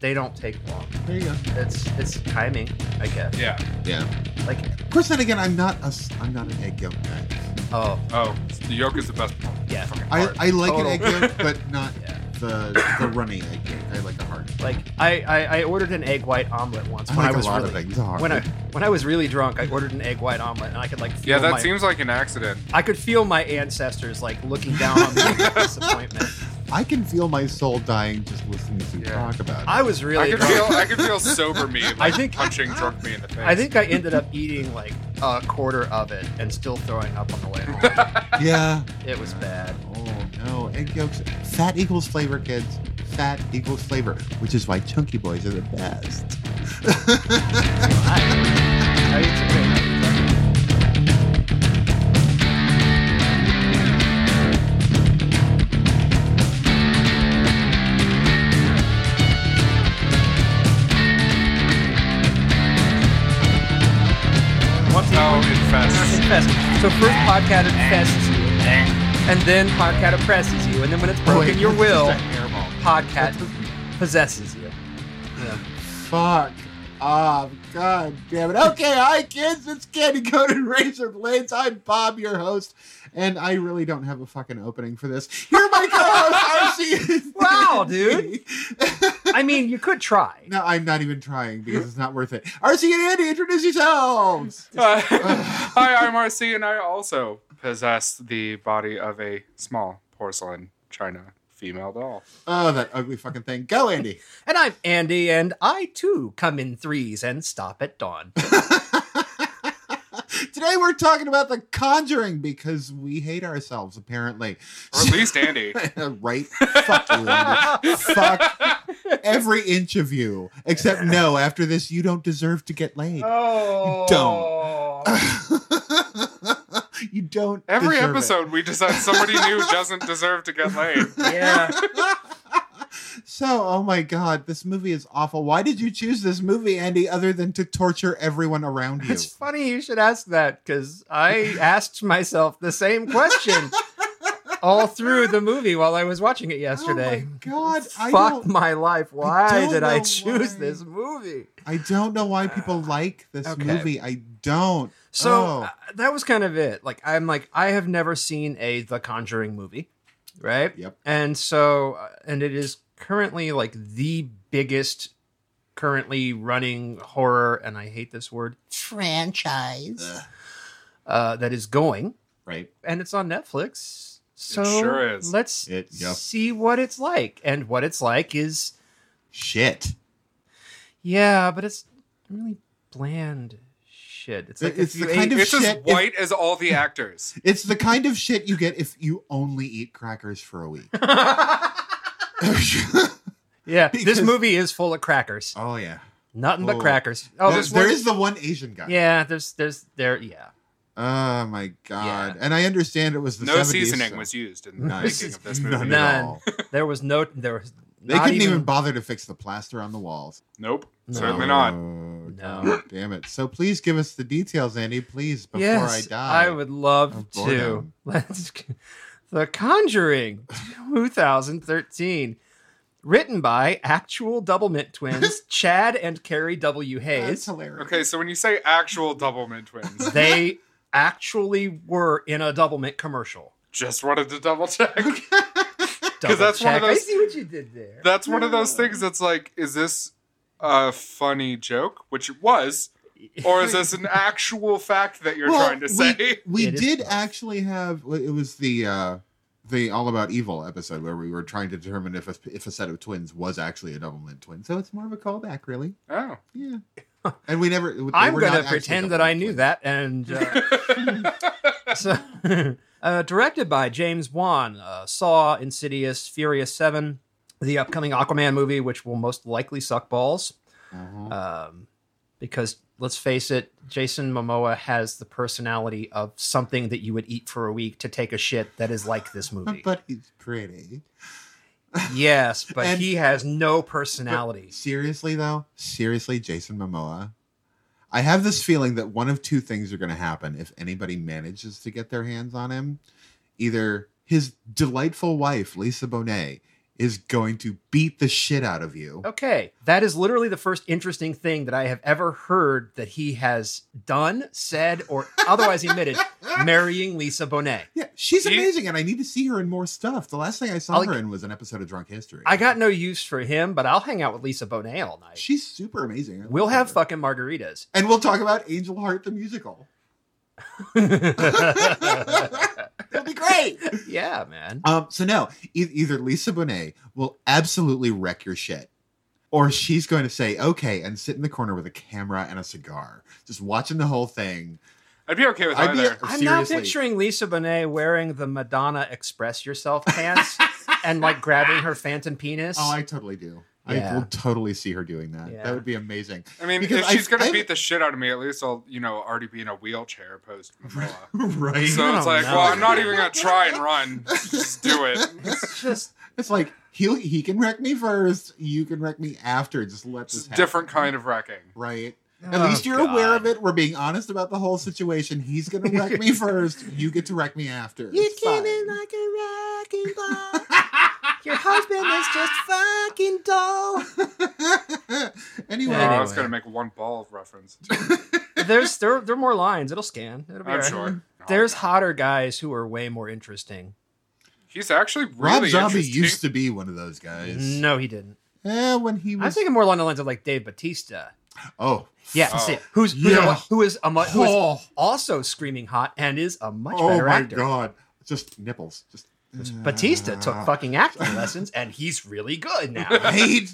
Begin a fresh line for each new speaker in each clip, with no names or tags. they don't take long.
There you go.
It's it's timing, I guess.
Yeah.
Yeah.
Like
Of course, then again, I'm not a s- I'm not an egg yolk guy.
oh
Oh, the yolk is the best.
yeah,
Fucking
I,
hard.
I like
Total.
an egg yolk, but not
Yeah.
the the runny egg yolk. I like a hard.
like I, I I ordered an egg white omelet once
I
when
like
I was
a lot
really
of things hard.
when I when I was really drunk. I ordered an egg white omelet and I could like feel
yeah, that
my,
seems like an accident.
I could feel my ancestors like looking down on me with disappointment.
I can feel my soul dying just listening to you
Yeah.
talk about it.
I was
I
really
could
drunk.
feel I could feel sober me like
think-
punching drunk me in the face.
I think I ended up eating like a quarter of it and still throwing up on the way home.
yeah.
It was bad.
Oh no, egg yolks. Fat equals flavor, kids. Fat equals flavor, which is why chunky boys are the best.
I ate some great- Once he-
Oh, infest.
Podcast Fest. So first Podcast infests you, and then Podcast oppresses you, and then when it's broken
Wait,
your
that's
will,
just a hairball.
Podcast possesses you.
Fuck. Oh, God damn it. Okay, hi, kids. It's Candy Coated Razor Blades. I'm Bob, your host, and I really don't have a fucking opening for this. Here, my co host, RC.
Wow, dude. I mean, you could try.
No, I'm not even trying because it's not worth it. RC and Andy, introduce yourselves.
Uh, hi, I'm RC, and I also possess the body of a small porcelain China female doll.
Oh, that ugly fucking thing. Go, Andy.
And I'm Andy, and I too come in threes and stop at dawn.
Today we're talking about The Conjuring because we hate ourselves, apparently.
Or at least Andy.
right? Fuck you, Andy. Fuck every inch of you. Except no, after this, you don't deserve to get laid.
Oh.
Don't. you don't.
Every
deserve it.
episode, we decide somebody new doesn't deserve to get laid.
Yeah.
So, oh my god, this movie is awful. Why did you choose this movie, Andy, other than to torture everyone around you?
It's funny you should ask that because I asked myself the same question all through the movie while I was watching it yesterday.
Oh my god, I
Fuck
don't-
my life. Why
don't
did I
know
choose
why.
this movie?
I don't know why people like this
Okay.
movie. I don't.
So
Oh.
uh, that was kind of it. Like I'm like I have never seen a The Conjuring movie, right?
Yep.
And so uh, and it is currently like the biggest currently running horror and I hate this word franchise
Ugh.
uh, that is going
Right.
and it's on Netflix. So
sure is.
let's
It- yep.
see what it's like. And what it's like is
Shit.
yeah, but it's really bland shit. It's like
It's
if you
the
ate-
kind of
It's as
Shit, if-
white as all the actors.
It's the kind of shit you get if you only eat crackers for a week.
yeah, this
because-
movie is full of crackers.
oh yeah.
Nothing but
Oh.
crackers. Oh,
There-
there's
there
one-
is the one Asian guy.
Yeah, there's there's there. Yeah,
Oh my god. And I understand it was the
No
70s,
seasoning
so-
was used in the
No,
making of this movie.
None at
None.
all.
there was no there was.
They
not
couldn't even... bother to fix the plaster on the walls.
Nope,
No.
certainly not.
Oh,
No.
God damn it. So please give us the details, Andy, please, before
yes,
I Oh, die.
would love
of
to.
boredom.
Let's. The Conjuring, 2013, written by actual Doublemint twins Chad and Carrie W.
That's
Hayes.
hilarious.
Okay, so when you say actual Doublemint twins,
They actually were in a Doublemint commercial.
just wanted to double check.
Double
that's one of
check. I
those-
see what you did there.
That's one of those things that's like, is this a funny joke, which it was, or is this an actual fact that you're
Well,
trying to
we-
say?
We,
It is
did
both.
actually have it was the uh the All About Evil episode where we were trying to determine if a, if a set of twins was actually a double mint twin. So it's more of a callback, really.
Oh,
Yeah. And we never. they
I'm
were
going
not
to
actually
pretend
double
that I
mint
knew
twins.
that. And uh, so, uh, directed by James Wan, uh, Saw, Insidious, Furious Seven, the upcoming Aquaman movie, which will most likely suck balls,
Uh-huh.
um, because let's face it, Jason Momoa has the personality of something that you would eat for a week to take a shit that is like this movie.
But he's pretty.
yes, but
And-
he has no personality.
Seriously though, seriously, Jason Momoa. I have this feeling that one of two things are going to happen if anybody manages to get their hands on him. Either his delightful wife, Lisa Bonet, is going to beat the shit out of you.
Okay. That is literally the first interesting thing that I have ever heard that he has done, said, or otherwise admitted marrying Lisa Bonet.
Yeah, she's
You-
amazing, and I need to see her in more stuff. The last thing I saw
I'll-
her in was an episode of Drunk History.
I got no use for him, but I'll hang out with Lisa Bonet all night.
she's super amazing. I
We'll
love
have
her.
fucking margaritas.
and we'll talk about Angel Heart the musical. It'll be great.
yeah, man.
Um, so no, e- either Lisa Bonet will absolutely wreck your shit, or she's going to say okay and sit in the corner with a camera and a cigar, just watching the whole thing.
I'd be okay with
I'd be-
either.
I'm not
seriously.
picturing Lisa Bonet wearing the Madonna Express Yourself pants and like grabbing her phantom penis.
Oh, I totally do. I
Yeah.
will totally see her doing that.
Yeah.
That would be amazing.
I mean,
Because
if
I-
she's gonna
I-
beat the shit out of me, at least I'll, you know, already be in a wheelchair post Manila.
right?
So
don't
it's like,
know.
well, I'm not even gonna try and run. Just do it.
it's just
It's like he he can wreck me first. You can wreck me after. Just let this
It's a
happen.
different kind of wrecking.
right? At
oh,
least you're aware of it. We're being honest about the whole situation. He's gonna wreck me first. You get to wreck me after. It's fine.
like a wrecking ball. Your husband is just fucking dull.
anyway,
Oh, I was
Anyway.
gonna make one ball reference.
There's there there are more lines. It'll scan. It'll be
I'm
all right.
sure. Oh,
There's
God.
hotter guys who are way more interesting.
He's actually
Rob
really
Zombie
interesting.
used to be one of those guys.
No, he didn't.
Eh, when he
I'm
was
thinking more along the lines of like Dave Batista.
oh
Yeah,
Oh.
that's it. who's who's,
Yeah.
A, who is a mu- who is
oh,
also screaming hot and is a much
oh
better
my
actor.
god, just nipples, just
Batista took
Ah.
fucking acting lessons and he's really good now.
Blade.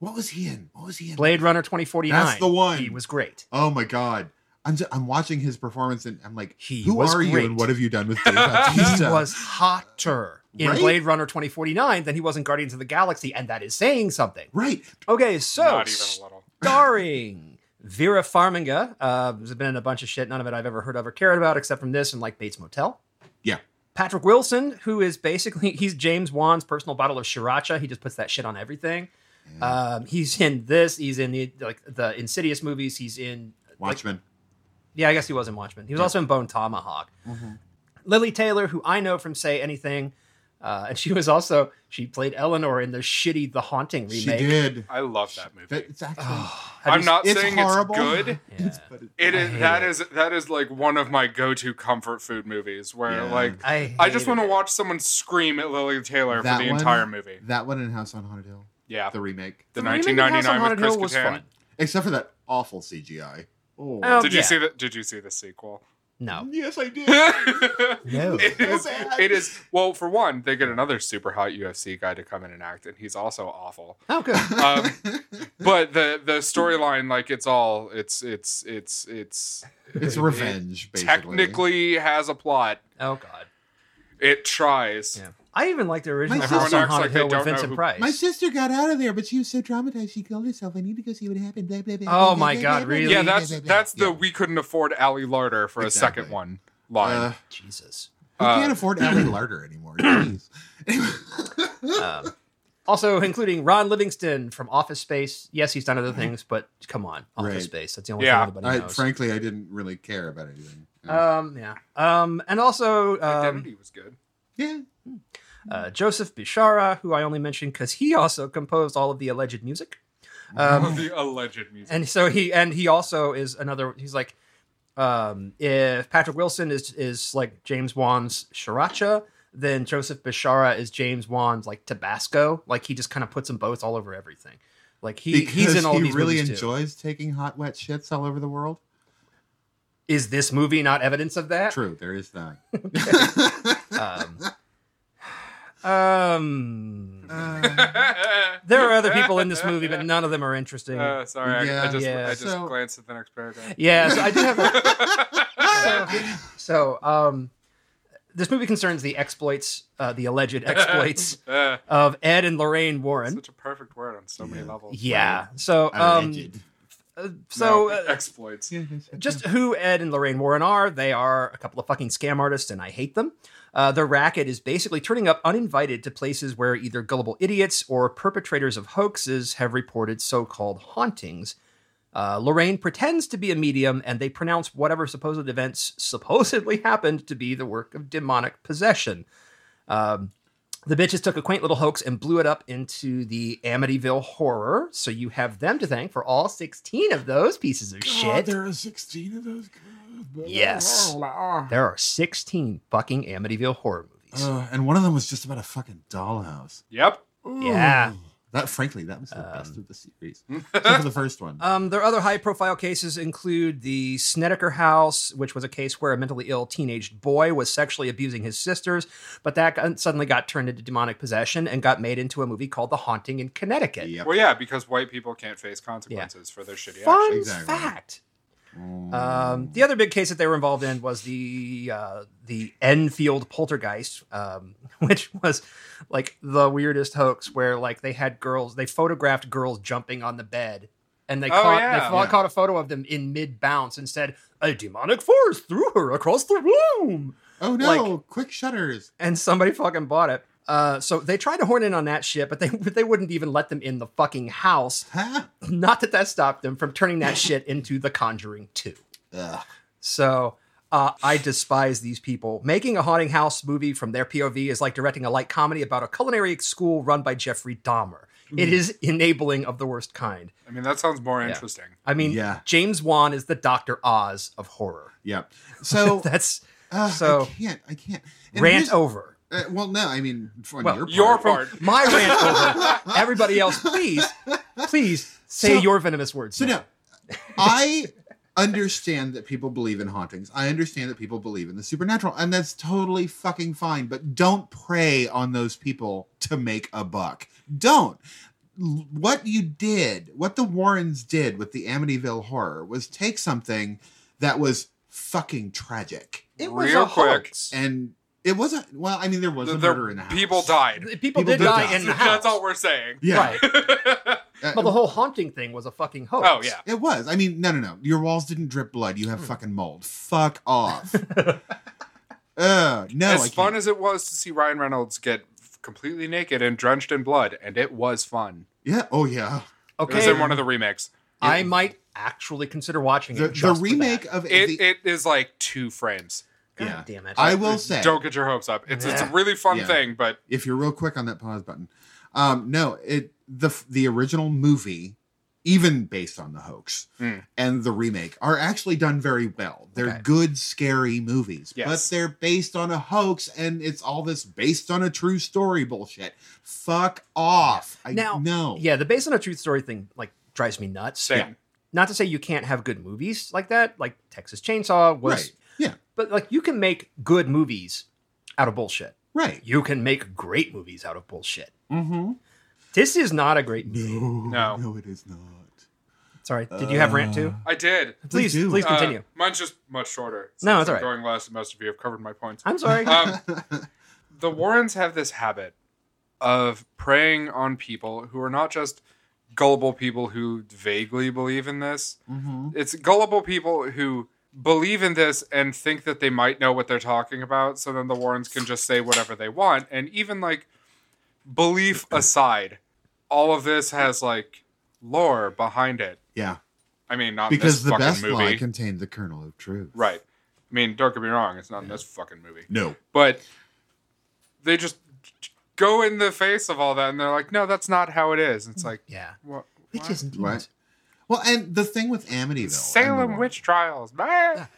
What was he in? What was he in?
Blade Runner 2049.
That's the one.
He was great.
Oh my god. I'm, just, I'm watching his performance and I'm like,
He
who
was
are you
great.
and what have you done with Dave
He
Bautista?
was hotter in
Right?
Blade Runner 2049 than he was in Guardians of the Galaxy, and that is saying something.
right.
Okay, so
Not even a little.
starring Vera Farmiga, uh, has been in a bunch of shit, none of it I've ever heard of or cared about, except from this and like Bates Motel.
Yeah.
Patrick Wilson, who is basically he's James Wan's personal bottle of sriracha. He just puts that shit on everything. Um, he's in this. He's in the like the Insidious movies. He's in
Watchmen.
yeah, I guess he was in Watchmen. He was also in Bone Tomahawk. mm-hmm. Lily Taylor, who I know from Say Anything, uh, and she was also she played Eleanor in the shitty The Haunting remake.
she did.
I love that movie.
That- it's actually,
Have you
I'm
s-
not
it's
saying
horrible.
it's good.
It's- but it-
It
I
is
hate
that
it.
is that is like one of my go-to comfort food movies where
Yeah.
like
I
I just
hated
want to
it.
watch someone scream at Lily Taylor
That
for the
one?
entire movie.
that one in House on Haunted Hill,
Yeah,
the remake.
the,
The remake of House on
1999 with
Haunted
Chris
Hill was
Kattan.
fun.
Except for that awful CGI. Oh,
Oh,
Did you
Yeah.
see the Did you see the sequel?
No,
yes, I did.
no.
it is.
bad.
It is. Well, for one, they get another super hot UFC guy to come in and act, and he's also awful.
Oh, good.
Um, but the the storyline, like, it's all it's it's it's it's
it's
it
revenge, basically.
technically has a plot.
Oh God.
It tries.
Yeah. I even liked the original
My
House
sister-
on
Everyone acts
Haunted
like they
Hill
don't
with
know
Vincent
who-
Price.
My sister got out of there, but she was so traumatized she killed herself. I need to go see what happened. Blah, blah, blah,
Oh
blah,
my
blah,
God,
blah, blah,
really?
Yeah,
blah,
that's
blah, blah,
that's the
blah.
we couldn't afford Ali Larder for
Exactly.
a second one line.
Uh,
Jesus.
who
Uh,
can't afford Alan Larder anymore? Jeez.
Um, also, including Ron Livingston from Office Space. Yes, he's done other things, but come on, Office
Right.
Space. That's the only
Yeah.
thing anybody
I,
knows.
frankly, I didn't really care about anything.
um, yeah. Um, and also um,
Identity was good.
yeah.
uh, Joseph Bishara, who I only mentioned because he also composed all of the alleged music. Um,
the alleged music.
and so he and he also is another. He's like, um, if Patrick Wilson is is like James Wan's Sriracha, then Joseph Bishara is James Wan's like Tabasco. Like he just kind of puts them both all over everything. Like he
Because
he's in all
he
these
really
movies too.
enjoys taking hot, wet shits all over the world.
Is this movie not evidence of that?
True, there is that.
Um, um,
Uh,
there are other people in this movie, but none of them are interesting.
Uh, sorry, I-
Yeah,
I, just
yeah.
I just
So-
glanced at the next paragraph.
Yeah, so I do have. A, so, so um, this movie concerns the exploits, uh, the alleged exploits
Uh,
of Ed and Lorraine Warren.
such a perfect word on so many
Yeah.
levels.
Yeah. So, um,
alleged.
uh,
So
so uh,
exploits.
just who Ed and Lorraine Warren are? They are a couple of fucking scam artists, and I hate them. Uh, their racket is basically turning up uninvited to places where either gullible idiots or perpetrators of hoaxes have reported so-called hauntings. Uh, Lorraine pretends to be a medium, and they pronounce whatever supposed events supposedly happened to be the work of demonic possession. Um, The bitches took a quaint little hoax and blew it up into the Amityville horror. So you have them to thank for all 16 of those pieces of shit.
God, there are 16 of those. God.
Yes. There are 16 fucking Amityville horror movies.
Uh, and one of them was just about a fucking dollhouse.
Yep.
Yeah.
Ooh. That, frankly, that was the best
Um,
of the series. Except for the first one.
Um, their other high profile cases include the Snedeker House, which was a case where a mentally ill teenage boy was sexually abusing his sisters, but that got- suddenly got turned into demonic possession and got made into a movie called The Haunting in Connecticut.
Yep.
Well, yeah, because white people can't face consequences for their shitty
Fun
actions.
Exactly.
fact.
Mm.
Um, the other big case that they were involved in was the uh, the Enfield poltergeist, um, which was like the weirdest hoax where like they had girls, they photographed girls jumping on the bed, and they
Oh,
caught
yeah.
they fa-
Yeah.
caught a photo of them in mid bounce and said a demonic force threw her across the room,
oh no! quick shutters.
and somebody fucking bought it. Uh, so they tried to horn in on that shit, but they they wouldn't even let them in the fucking house.
Huh?
Not that that stopped them from turning that shit into The Conjuring Two.
Ugh.
So uh, I despise these people. Making a haunting house movie from their POV is like directing a light comedy about a culinary school run by Jeffrey Dahmer. It is enabling of the worst kind.
I mean, that sounds more
Yeah.
interesting.
I mean,
Yeah.
James Wan is the Dr. Oz of horror.
Yep. So,
That's
uh,
so-
I can't. I can't.
rant
here's-
over.
uh, well, no. I mean, on
Well,
Your
your part.
part.
My rant over. Everybody else, please, please say
So-
your venomous words.
So
now.
no, I understand that people believe in hauntings. I understand that people believe in the supernatural, and that's totally fucking fine. But don't prey on those people to make a buck. Don't. L- What you did, what the Warrens did with the Amityville horror, was take something that was fucking tragic,
it was
Real
a
quick.
hoax.
and it wasn't. Well, I mean, there was
The-
a
the
murder in the house.
people died.
People, did, die, in the house.
That's all we're saying.
Yeah.
Right.
Uh,
But the whole haunting thing was a fucking hoax.
oh yeah.
It was. I mean, no, no, no. Your walls didn't drip blood. You have
Hmm.
fucking mold. Fuck off. Ugh, no. I
as
can't.
fun as it was to see Ryan Reynolds get completely naked and drenched in blood, and it was fun.
yeah. Oh yeah.
It was
Okay.
in one of the remakes.
I might actually consider watching
The,
it.
the
just for
remake
that.
of
It
the,
it is like two frames.
God
yeah.
damn it.
I will say
Don't get your hopes up. It's it's a
Yeah.
really fun
Yeah.
thing, but
if you're real quick on that pause button. Um, no, it the the original movie, even based on the hoax,
Hmm.
and the remake are actually done very well. They're
Okay.
good scary movies,
Yes.
but they're based on a hoax, and it's all this based on a true story bullshit. Fuck off. I
Now-
no.
Yeah, the based on a true story thing like drives me nuts.
same.
Not to say you can't have good movies like that, like Texas Chainsaw was,
Right. Yeah.
but like you can make good movies out of bullshit.
Right.
You can make great movies out of bullshit.
Mm-hmm.
This is not a great movie.
No,
No.
no, it is not.
Sorry, did you have rant too?
I did.
Please,
Uh, do.
please
Uh,
continue.
mine's just much shorter.
No,
since
it's all
I'm
right.
Going last, and most of you have covered my points.
I'm sorry.
Um, the Warrens have this habit of preying on people who are not just gullible people who vaguely believe in this.
Mm-hmm.
Mhm.
It's gullible people who believe in this and think that they might know what they're talking about, so then the Warrens can just say whatever they want. And even like belief aside, all of this has like lore behind it.
Yeah,
I mean, not in
because
this
the
fucking
best
movie,
lie contained the kernel of truth.
right? I mean, don't get me wrong; it's not in this fucking movie
No.
but they just go in the face of all that and they're like no that's not how it is it's like
yeah,
what,
which
what?
is
Right. Well, and the thing with Amityville, and
salem
the-
witch trials man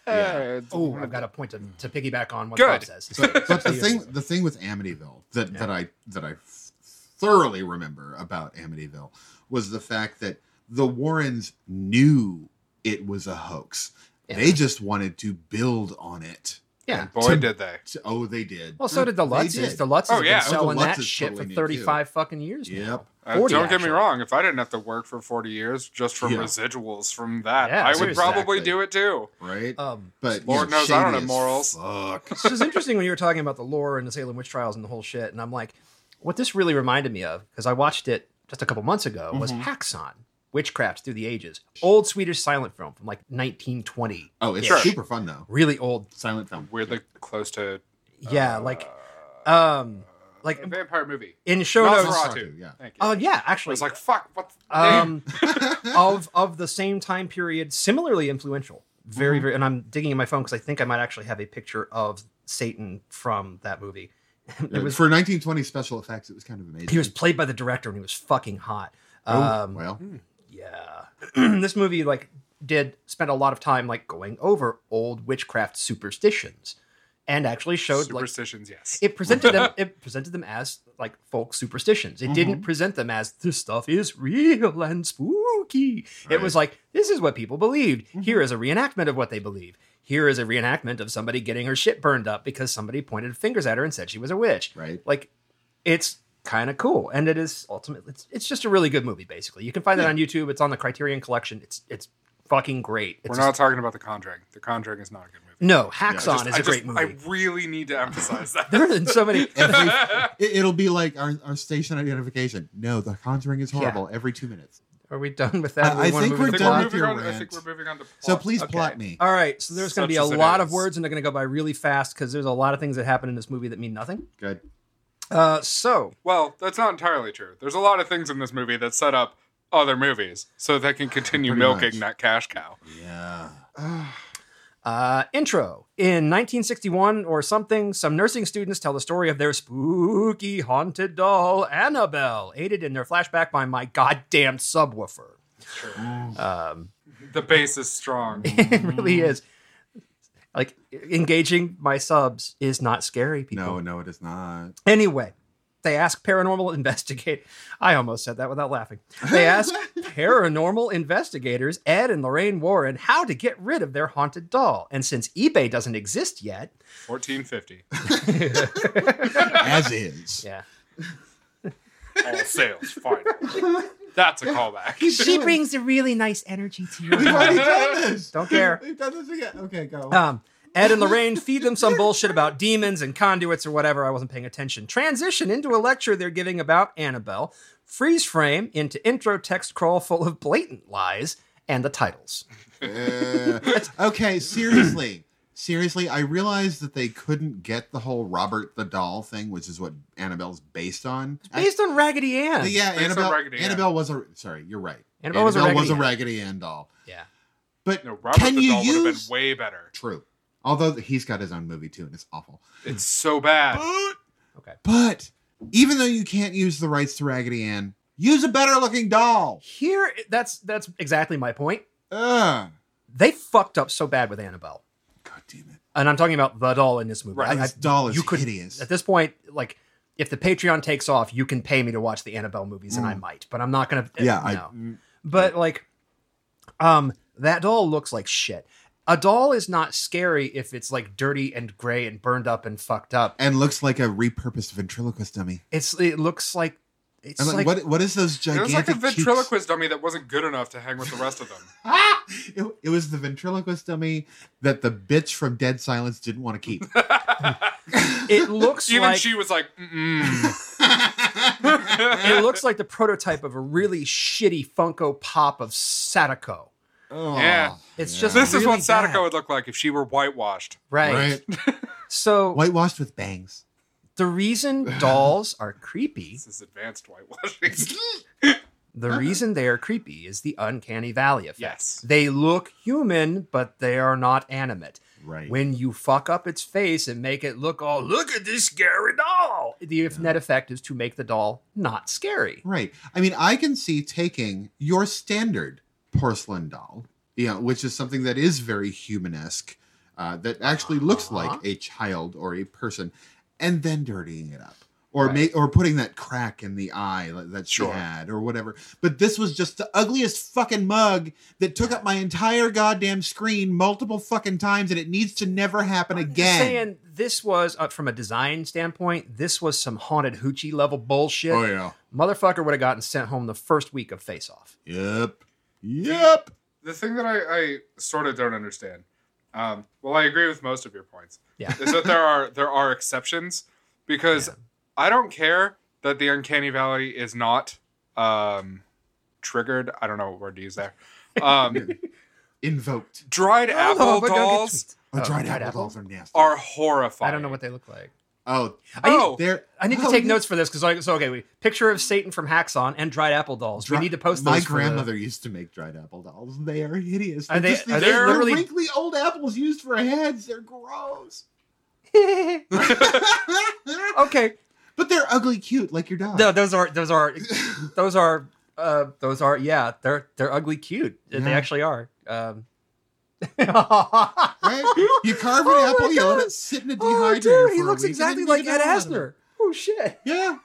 Oh, I've got a point to, to piggyback on what
Good.
Bob says.
But, but the thing, the thing with Amityville that that I that I thoroughly remember about Amityville was the fact that the Warrens knew it was a hoax.
Yeah.
They just wanted to build on it.
yeah.
boy
To-
did they
So- oh, they did.
Well, so did the
They
Lutzes.
did.
The Lutzes
Oh,
have
yeah.
been
Oh, the
selling that
Lutzes
shit
totally
for
knew, too.
35 fucking years. now.
Yep.
Uh,
40,
don't get
actually.
me wrong if i didn't have to work for 40 years just from
Yeah.
residuals from that
Yeah,
i would
seriously.
probably
Exactly.
do it too
Right.
Um,
but you
Lord
know,
knows I don't
shady
have
as
morals.
Fuck.
so it's interesting when you were talking about the lore and the Salem witch trials and the whole shit. And I'm like, what this really reminded me of, because I watched it just a couple months ago, was
Mm-hmm.
Haxon, Witchcraft Through the Ages, old Swedish silent film from like 1920.
Oh, it's
Sure.
super fun though.
Really old.
Silent film.
weirdly close to uh,
Yeah, like, um, like
a vampire movie
in show notes.
Uh, Nosferatu.
Yeah.
thank you
Oh yeah,
i
actually,
was like fuck what the
um, of of the same time period, similarly influential. Very, very. And I'm digging in my phone because I think I might actually have a picture of Satan from that movie. It was-
for 1920 special effects, it was kind of amazing.
he was played by the director and he was fucking hot.
Oh,
Um,
well,
yeah this movie like did spend a lot of time like going over old witchcraft superstitions and actually showed like
Superstitions, yes.
it presented them it presented them as like folk superstitions it didn't present them as this stuff is real and spooky it was like this is what people believed Here is a reenactment of what they believe here is a reenactment of somebody getting her shit burned up because somebody pointed fingers at her and said she was a witch
right.
like it's kind of cool and it is ultimately it's, it's just a really good movie basically you can find that on youtube it's on the criterion collection it's it's fucking great it's
We're
just-
not talking about The Conjuring. The Conjuring is not a good movie.
no hacksaw
Just-
is
I
a great
just-
movie
I really need to emphasize that.
there are so many
Every, it, will be like our, our station identification. No, The Conjuring is horrible every two minutes.
are we done with that
I-
Do we
I
wanna move
think we're
I
into
think,
done
we're
plot?
with
moving
your
on, I
rant.
think we're moving on to plot.
So please
Okay.
plot me.
all right so there's going to
Such
be a
as it
lot
is.
of words and they're going to go by really fast because there's a lot of things that happen in this movie that mean nothing
Good.
uh, so
Well, that's not entirely true. There's a lot of things in this movie that set up other movies so they can continue
Pretty
milking
much.
that cash cow.
Yeah.
Uh, intro. In 1961 or something, some nursing students tell the story of their spooky haunted doll, Annabelle, aided in their flashback by my goddamn subwoofer. Um,
The bass is strong.
it really
Mm.
is. Like, engaging my subs is not scary, people.
No, no, it is not.
Anyway, they ask paranormal investigate. I almost said that without laughing. They ask paranormal investigators Ed and Lorraine Warren how to get rid of their haunted doll. And since eBay doesn't exist yet,
1450.
As is.
yeah.
All sales, fine. That's a callback.
She
brings a really nice energy to
We've already done this.
Don't care.
We've done this again. Okay, go.
Um, Ed and Lorraine feed them some bullshit about demons and conduits or whatever. I wasn't paying attention. Transition into a lecture they're giving about Annabelle. Freeze frame into intro text crawl full of blatant lies and the titles.
okay, seriously. Seriously, I realized that they couldn't get the whole Robert the Doll thing, which is what Annabelle's based on.
Based on Raggedy
I-
Ann.
yeah,
Based on
Annabelle,
Raggedy Ann.
Annabelle was a. Sorry, you're right.
Annabelle was a Raggedy Ann.
Raggedy Ann doll.
Yeah.
But
No, Robert
can
the
you
Doll
use
would have been way better.
true? Although he's got his own movie too, and it's awful.
It's so bad.
But even though you can't use the rights to Raggedy Ann, use a better looking doll.
Here, that's that's exactly my point.
Ugh.
They fucked up so bad with Annabelle,
God damn it!
and I'm talking about the doll in this movie.
Right.
I- I-
This doll is
you could-
hideous.
at this point, like if the Patreon takes off, you can pay me to watch the Annabelle movies, and I might, but I'm not gonna.
Mm.
eh,
Yeah,
no.
I-
but like, um, that doll looks like shit. A doll is not scary if it's like dirty and gray and burned up and fucked up.
and looks like a repurposed ventriloquist dummy.
It's it looks like it's
And
like,
like, what what is those
It
gigantic?
was like a
cheeks?
ventriloquist dummy that wasn't good enough to hang with the rest of them.
Ah! It, it was the ventriloquist dummy that the bitch from Dead Silence didn't want to keep.
it looks
Even
like
she was like, mm Eh.
it looks like the prototype of a really shitty Funko Pop of Sadako.
Oh,
Yeah.
It's just
This is
really
what Sadako
bad.
would look like if she were whitewashed.
right.
right.
So
Whitewashed with bangs.
the reason dolls are creepy
This is advanced whitewashing.
The reason they are creepy is the uncanny valley effect.
Yes.
They look human, but they are not animate.
Right.
When you fuck up its face and make it look all, look at this scary doll, the net effect is to make the doll not scary.
Right. I mean, I can see taking your standard porcelain doll, you know, which is something that is very humanesque, uh, that actually looks
Uh-huh.
like a child or a person, and then dirtying it up. Or,
Right.
ma- or putting that crack in the eye li- that she
Sure.
had, or whatever. But this was just the ugliest fucking mug that took up my entire goddamn screen multiple fucking times, and it needs to never happen
Just
again.
saying this was, uh, from a design standpoint, this was some haunted hoochie level bullshit.
Oh yeah.
Motherfucker would have gotten sent home the first week of Face Off.
Yep. Yep.
the thing that I, I sort of don't understand. Um, well, I agree with most of your points.
Yeah.
is that there are there are exceptions because I don't care that the uncanny valley is not um, triggered. I don't know what word to use there. Um,
Invoked.
dried apple
Oh, but go get
dolls
tweaked.
Oh,
Oh,
dried,
dried
apple
apple?
dolls are nasty.
are horrifying.
I don't know what they look like.
oh,
Oh,
There,
I need to
Oh,
take
yeah.
notes for this because I so okay. We picture of Satan from Haxon and dried apple dolls.
Dri-
we need to post those.
My
for the-
grandmother used to make dried apple dolls. They are hideous.
Are
They're
they-
just these-
are they
they're
literally-
wrinkly old apples used for heads. They're gross.
okay.
But they're ugly cute, like your dog.
No, those are those are those are uh, those are yeah. They're they're ugly cute. They
Yeah.
actually are. Um,
right? You carve an
Oh my
apple, you let
God.
it sit in a
Oh,
dehydrator.
dude,
for
he
a
looks
week, and then
exactly
you
like
get
Ed
it out of it.
Asner. Oh shit!
Yeah.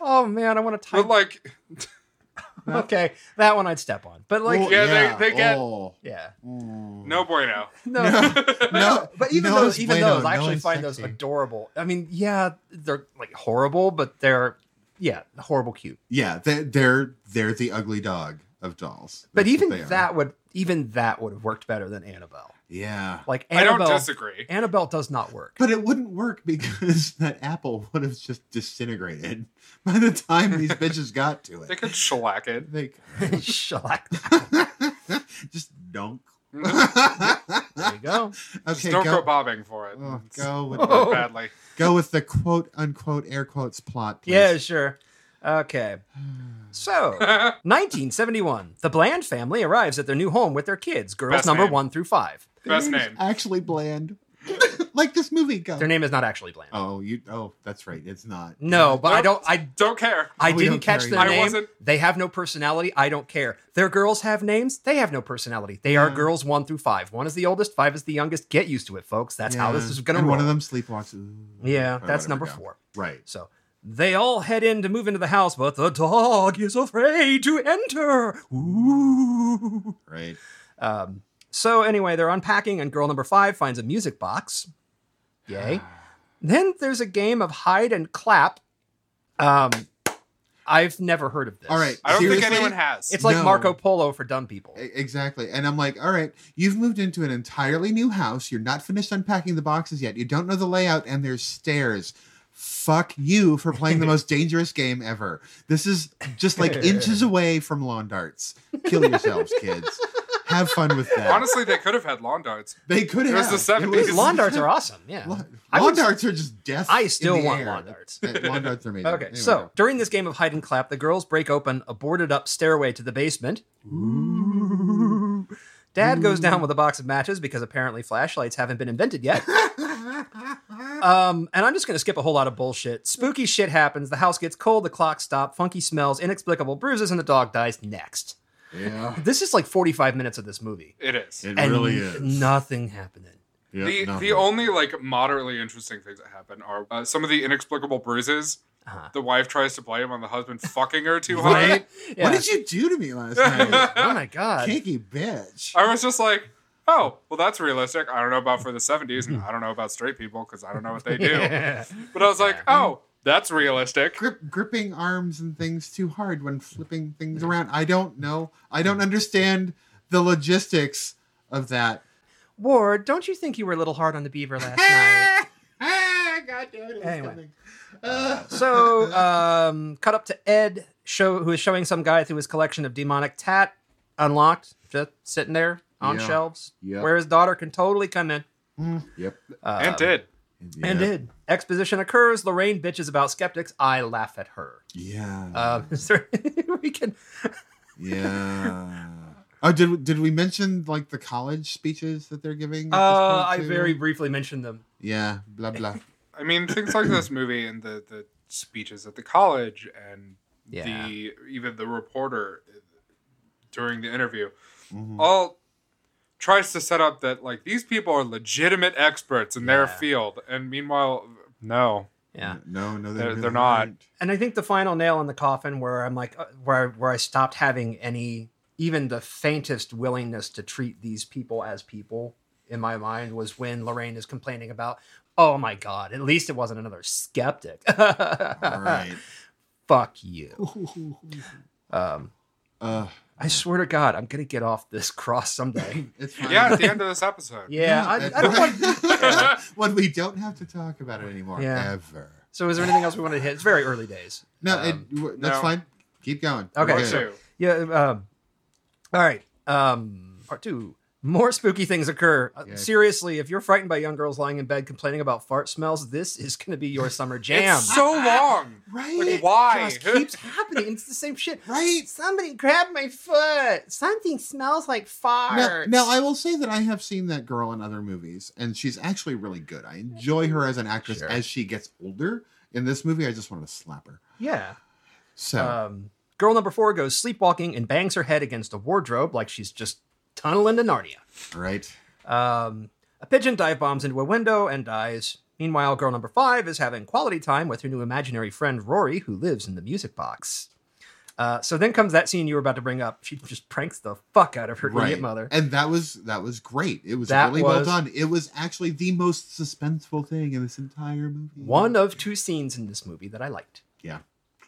Oh man, I want to
But
type.
like,
okay, that one I'd step on, but like,
Well,
Yeah, they- they get-
Oh.
yeah,
Mm.
no bueno.
no.
No,
but even
no
those,
is
even
bueno,
those,
no
I actually
is
find those
sexy.
adorable. I mean, yeah, they're like horrible, but they're yeah, horrible cute.
Yeah, they, they're they're the ugly dog of dolls.
But
That's what
even
they are.
that would even that would have worked better than Annabelle.
Yeah.
Like
I don't
Annabelle,
disagree.
Annabelle does not work.
But it wouldn't work because that apple would have just disintegrated by the time these bitches got to
They
it.
could shellac it.
They
Shellac.
just dunk.
Don't
Mm-hmm. There you
okay,
go.
go.
go,
bobbing for it.
oh,
It's
go with
Oh.
the,
Badly.
go with the quote unquote air quotes plot. Please.
Yeah, sure. Okay. So, 1971, the Bland family arrives at their new home with their kids, girls
Best
number
name.
one through five.
Their
Best
name's
name.
Actually, bland. like this movie goes.
Their name is not actually Bland.
Oh, you. Oh, that's right. It's not.
No, but I don't. I
Don't care.
I
We
didn't
don't
catch
care
their
either. I
name.
wasn't-
They have no personality. I don't care. Their girls have names. They have no personality. They are
Yeah.
girls one through five. One is the oldest. Five is the youngest. Get used to it, folks. That's how this
Yeah.
is going to
And
roll.
One of them sleepwalks.
yeah,
Or
that's
whatever,
number
yeah.
four.
Right.
So they all head in to move into the house, but the dog is afraid to enter. Ooh.
Right.
Um, so anyway, they're unpacking, and girl number five finds a music box. Yay! then there's a game of hide and clap. Um, I've never heard of this.
All right.
I don't think
Seriously?
anyone has.
it's like
No.
Marco Polo for dumb people.
E- Exactly. And I'm like, all right, you've moved into an entirely new house. You're not finished unpacking the boxes yet. You don't know the layout, and there's stairs. Fuck you for playing the most dangerous game ever. This is just like inches away from lawn darts. Kill yourselves, kids. Have fun with that.
Honestly, they could have had lawn darts.
they could
it
have.
was the 70s.
Lawn darts are awesome. Yeah,
Lawn,
I
lawn
would-
darts are just death.
I
in
still
the
want
air.
lawn darts.
Uh, lawn darts are amazing.
Okay,
Anyway.
so during this game of hide and clap, the girls break open a boarded up stairway to the basement. Dad goes down with a box of matches because apparently flashlights haven't been invented yet. um, and I'm just going to skip a whole lot of bullshit. Spooky shit happens. The house gets cold, the clock stops, funky smells, inexplicable bruises, and the dog dies next.
yeah,
This is like 45 minutes of this movie.
It is.
it
and
really is.
Nothing happening.
Yeah,
the
no.
the only like moderately interesting things that happen are uh, some of the inexplicable bruises.
Uh-huh.
The wife tries to blame on the husband fucking her too hard.
right?
Yeah.
What did you do to me last night?
oh my God.
Kinky bitch.
I was just like, oh, well, that's realistic. I don't know about for the 70s, and I don't know about straight people because I don't know what they do.
Yeah.
But I was like, oh, that's realistic.
Grip, gripping arms and things too hard when flipping things around. I don't know. I
Mm.
don't understand the logistics of that.
Ward, don't you think you were a little hard on the beaver last night?
Ah, God damn it, it. was
Anyway.
coming. Uh,
So, um, cut up to Ed, show who is showing some guy through his collection of demonic tat, unlocked, just sitting there on
Yeah.
shelves,
Yeah.
where his daughter can totally come in.
yep.
Um,
and did.
And did. Exposition occurs. Lorraine bitches about skeptics. I laugh at her.
Yeah.
Um, is there, we can.
yeah. Oh, did did we mention like the college speeches that they're giving? at this
Uh,
point,
I
too?
very briefly mentioned them.
yeah blah blah.
I mean, things like this movie and the, the speeches at the college and
Yeah.
the even the reporter during the interview
Mhm.
all tries to set up that like these people are legitimate experts in their
Yeah.
field, and meanwhile, no,
Yeah.
No, no, they
They're-
really
they're not.
aren't.
And I think the final nail in the coffin, where I'm like, uh, where I, where I stopped having any, even the faintest willingness to treat these people as people in my mind, was when Lorraine is complaining about, oh my god, at least it wasn't another skeptic.
All right.
Fuck you. Um,
Uh,
I swear to God, I'm gonna get off this cross someday.
it's fine.
yeah, at the end of this episode,
Yeah, I, I don't want.
want. when we don't have to talk about it anymore,
Yeah.
ever.
So, is there anything else we wanted to hit? It's very early days.
No,
Um,
it, w- that's
no.
fine. Keep going.
Okay,
We're
part
good.
so-
two.
Yeah. Um, all right. Um, part two. More spooky things occur. Uh,
Yikes.
Seriously, if you're frightened by young girls lying in bed complaining about fart smells, this is going to be your summer jam.
It's so long.
Right?
Like, why?
It just keeps happening. It's the same shit.
right?
Somebody grab my foot. Something smells like
Now,
farts.
now, I will say that I have seen that girl in other movies, and she's actually really good. I enjoy her as an actress
Sure.
as she gets older. In this movie, I just want to slap her.
yeah.
So,
Um, girl number four goes sleepwalking and bangs her head against a wardrobe like she's just tunneling to Narnia.
right?
Um, a pigeon dive bombs into a window and dies. Meanwhile, girl number five is having quality time with her new imaginary friend Rory, who lives in the music box. Uh, so then comes that scene you were about to bring up. She just pranks the fuck out of her
Right.
idiot mother.
And that was that was great. It was
That
really well
was-
done. It was actually the most suspenseful thing in this entire movie.
One of two scenes in this movie that I liked.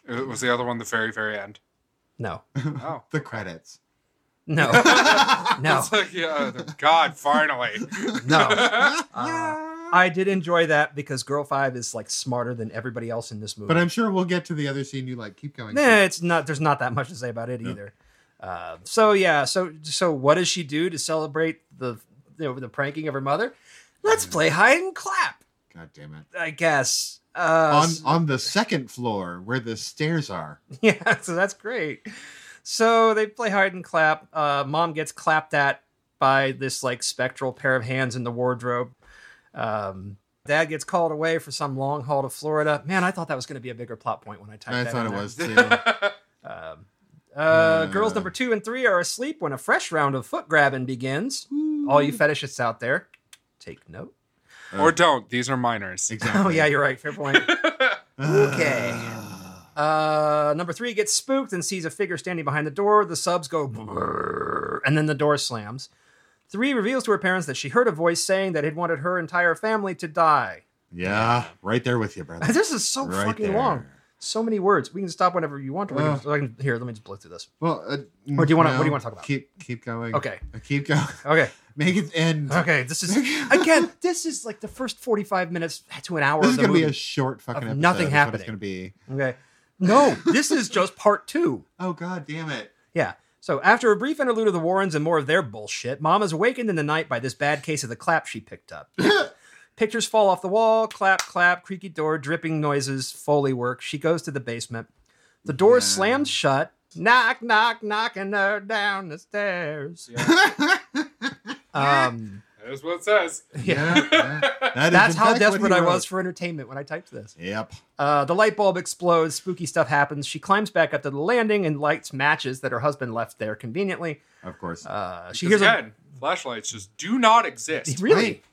It was the other one, the very, very end.
No,
Oh.
the credits.
no, no,
It's like, yeah, God, finally.
no. Uh, I did enjoy that because Girl Five is like smarter than everybody else in this movie.
but I'm sure we'll get to the other scene. You like keep going.
Nah, it's not. There's not that much to say about it
No.
either. Uh, so yeah. So so what does she do to celebrate the you know, the pranking of her mother? Let's play hide and clap.
God damn it!
I guess. Uh,
on on the second floor where the stairs are.
yeah. So that's great. So they play hide and clap. Uh, Mom gets clapped at by this like spectral pair of hands in the wardrobe. Um, Dad gets called away for some long haul to Florida. Man, I thought that was going to be a bigger plot point when I typed
I
that
thought
in
it
there.
was too.
Um, uh, girls
Uh.
number two and three are asleep when a fresh round of foot grabbing begins. All
Hmm.
you fetishists out there, take note.
or don't. These are minors.
exactly.
Oh, yeah, you're right. Fair point. Okay. Uh, number three gets spooked and sees a figure standing behind the door. The subs go brrrr, and then the door slams. Three reveals to her parents that she heard a voice saying that it wanted her entire family to die.
Yeah, right there with you, brother.
This is so
Right
fucking
there.
long. So many words. We can stop whenever you want to. We can-
Ugh.
I can- here, let me just blow through this.
Well, uh,
Or do you wanna- what do you wanna talk about?
Keep keep going.
Okay.
Uh, Keep going.
Okay.
Make it end.
Okay, this is again. This is like the first forty-five minutes to an hour.
This
of
is
the
gonna be
movie.
a short fucking
of
episode.
nothing
is what It's
happening.
gonna be.
okay. No, this is just part two.
Oh god damn it!
Yeah. So after a brief interlude of the Warrens and more of their bullshit, Mom is awakened in the night by this bad case of the clap she picked up. Pictures fall off the wall, clap, clap, creaky door, dripping noises, foley work. She goes to the basement. The door
Yeah.
slams shut. Knock, knock, knocking her down the stairs.
Yeah,
Um,
that's what it says.
yeah.
that- that is
That's
in
how
fact what
desperate
he
I
wrote.
was for entertainment when I typed this.
Yep.
Uh, the light bulb explodes, spooky stuff happens. She climbs back up to the landing and lights matches that her husband left there conveniently.
Of course.
Uh, she
Because
hears
again, flashlights just do not exist.
a really.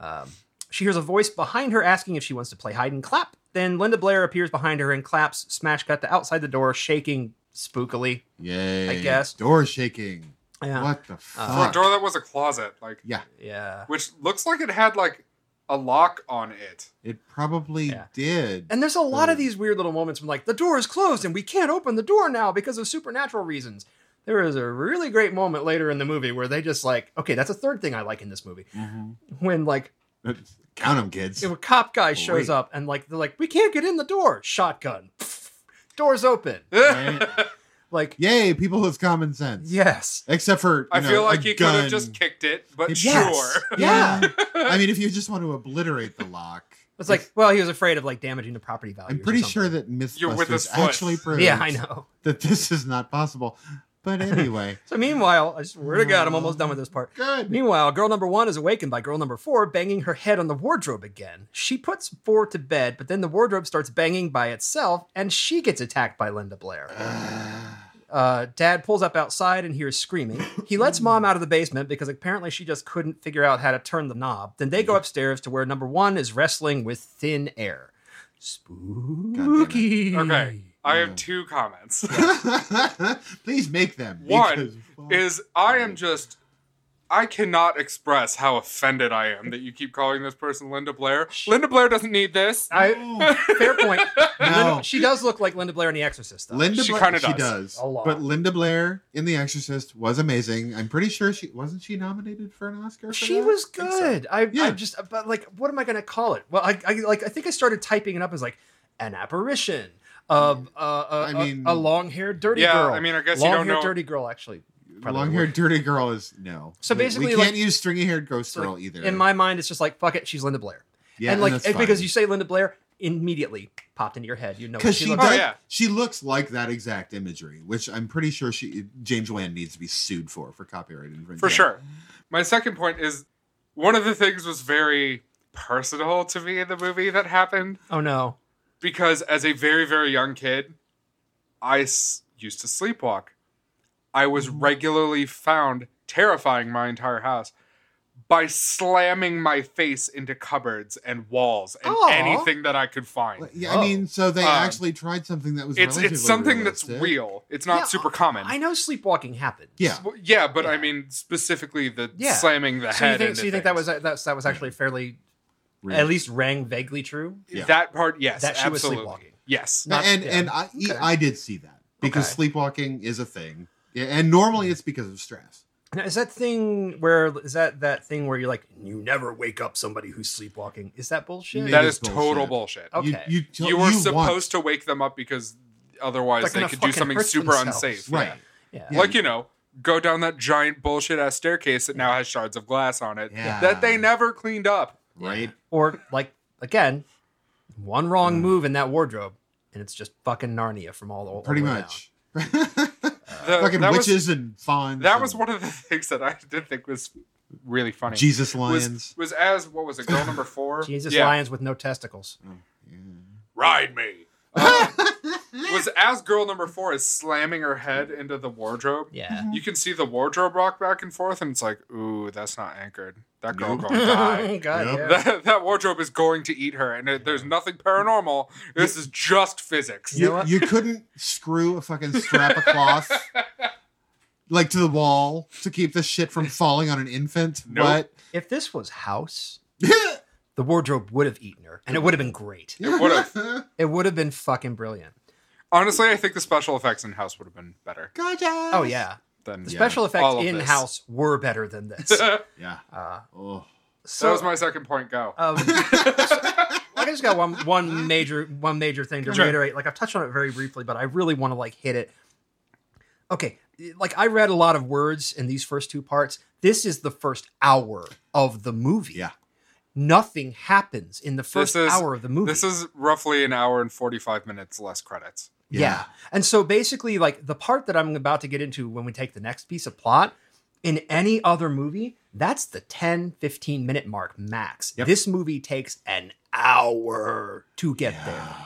Right.
Um, she hears a voice behind her asking if she wants to play hide and clap. Then Linda Blair appears behind her and claps. Smash cut to outside the door, shaking spookily.
Yay.
I guess.
Door shaking.
Yeah, Uh,
What the
For
fuck?
a door that was a closet, like
yeah,
yeah.
which looks like it had like a lock on it.
it probably
Yeah.
did.
And there's a lot of these weird little moments when like the door is closed and we can't open the door now because of supernatural reasons. There is a really great moment later in the movie where they just like, okay, that's a third thing I like in this movie. When like
Mm-hmm. Count them, kids.
a cop guy shows
Great.
up and like they're like we can't get in the door shotgun Pfft. doors open
Right?
like
Yay, people with common sense.
yes
Except for you
I
know,
feel
a
like you could
gun.
have just kicked it, but
Yes.
sure.
Yeah.
I mean, if you just want to obliterate the lock,
it's like well he was afraid of like damaging the property value
I'm pretty sure that
You're with us
MythBusters
foot.
actually proves
yeah i know
that this is not possible. But anyway,
so meanwhile i swear to god i'm almost done with this part
good.
Meanwhile, girl number one is awakened by girl number four banging her head on the wardrobe again. She puts four to bed, but then the wardrobe starts banging by itself, and she gets attacked by Linda Blair. Uh, Dad pulls up outside and hears screaming. He lets mom out of the basement because apparently she just couldn't figure out how to turn the knob. Then they go upstairs to where number one is wrestling with thin air. Spooky.
Okay. I have two comments.
Please make them.
One
because-
Is I am just I cannot express how offended I am that you keep calling this person Linda Blair. Linda Blair doesn't need this.
Uh,
I, fair point.
No.
She does look like Linda Blair in The Exorcist, though.
Linda
She
Blair,
kinda
she
does.
does,
A lot.
but Linda Blair in The Exorcist was amazing. I'm pretty sure she wasn't she nominated for an Oscar. For
She
that?
was
I think so.
good. I, I
Yeah.
just but like what am I gonna call it? Well, I, I like I think I started typing it up as like an apparition of uh, uh,
Mm. I
a-
mean-
a long haired dirty
Yeah,
girl.
I mean, I guess you
long
don't know-
dirty girl actually. probably
long haired dirty girl is no.
So
We-
basically,
we
like-
can't use stringy haired ghost
like,
girl either.
In my mind, it's just like fuck it, she's Linda Blair.
yeah,
and like
that's
and because
fine.
you say Linda Blair, immediately popped into your head. You know what
because she,
she, looks
does,
like.
Oh, yeah.
she looks like that exact imagery, which I'm pretty sure she James Wan needs to be sued for for copyright infringement.
For sure. My second point is one of the things was very personal to me in the movie that happened
Oh no.
because as a very, very young kid, I s- used to sleepwalk. I was
Mm-hmm.
regularly found terrifying my entire house by slamming my face into cupboards and walls and
Aw.
anything that I could find.
Well, Yeah, I
Oh.
mean, so they
Um,
actually tried something that was
it's
relatively
it's something that's
realistic.
real. It's not
Yeah,
super common.
I know sleepwalking happens.
Yeah.
Well, yeah, but I
Yeah.
mean specifically the
Yeah.
slamming the
So
head.
you think
into
so you think that
things.
was that's, that was actually fairly
Real.
at least rang vaguely true?
Yeah.
That part, yes,
That she was
absolutely.
sleepwalking.
Yes,
No,
Not-
and
yeah.
and I e,
Okay.
I did see that because
Okay.
sleepwalking is a thing, Yeah, and normally it's because of stress.
Now, is that thing where is that that thing where you're like you never wake up somebody who's sleepwalking? Is that bullshit?
It
that
is
is total bullshit.
Okay.
You, you, t-
You were
you
supposed
want-
to wake them up because otherwise
They're
they
gonna
could do
fucking
something
hurt
super
themselves.
unsafe.
right.
yeah.
Yeah.
Like you know, go down that giant bullshit ass staircase that now has shards of glass on it
Yeah.
that they never cleaned up.
Right.
Or like again, one wrong
Mm.
move in that wardrobe and it's just fucking Narnia from all the
Pretty
all the way
much.
The-
Fucking
Oh, that was
witches and fawns.
that
and
was one of the things that I did think was really funny.
Jesus lions.
was, was as what was it? Girl number four.
down. Jesus
Yeah.
lions with no testicles.
ride me. Um, was as girl number four is slamming her head into the wardrobe.
Yeah.
You can see the wardrobe rock back and forth, and it's like, ooh, that's not anchored. That girl going to die.
God,
Yep.
yeah.
That, that wardrobe is going to eat her, and it- there's nothing paranormal. This is just physics.
You
You,
know what?
you couldn't screw a fucking strap of cloth like to the wall to keep this shit from falling on an infant.
Nope.
If this was House,
What?
the wardrobe would have eaten her, and it would have been great.
It would've.
It would have been fucking brilliant.
Honestly, I think the special effects in house would have been better
Gotcha.
Oh yeah,
than.
the
Yeah.
special effects
All of
in
this.
house were better than this.
that
Yeah.
Uh,
Oh.
so
was my second point. Go.
Uh,
Um, I just got one one major one major thing to
Sure.
reiterate. Like I've touched on it very briefly, but I really want to like hit it. Okay, like I read a lot of words in these first two parts. This is the first hour of the movie.
Yeah.
Nothing happens in the first
is-
hour of the movie.
This is roughly an hour and forty-five minutes less credits.
Yeah. And so basically, like the part that I'm about to get into when we take the next piece of plot in any other movie, that's the 10, 15 minute mark max.
Yep.
This movie takes an hour to get there.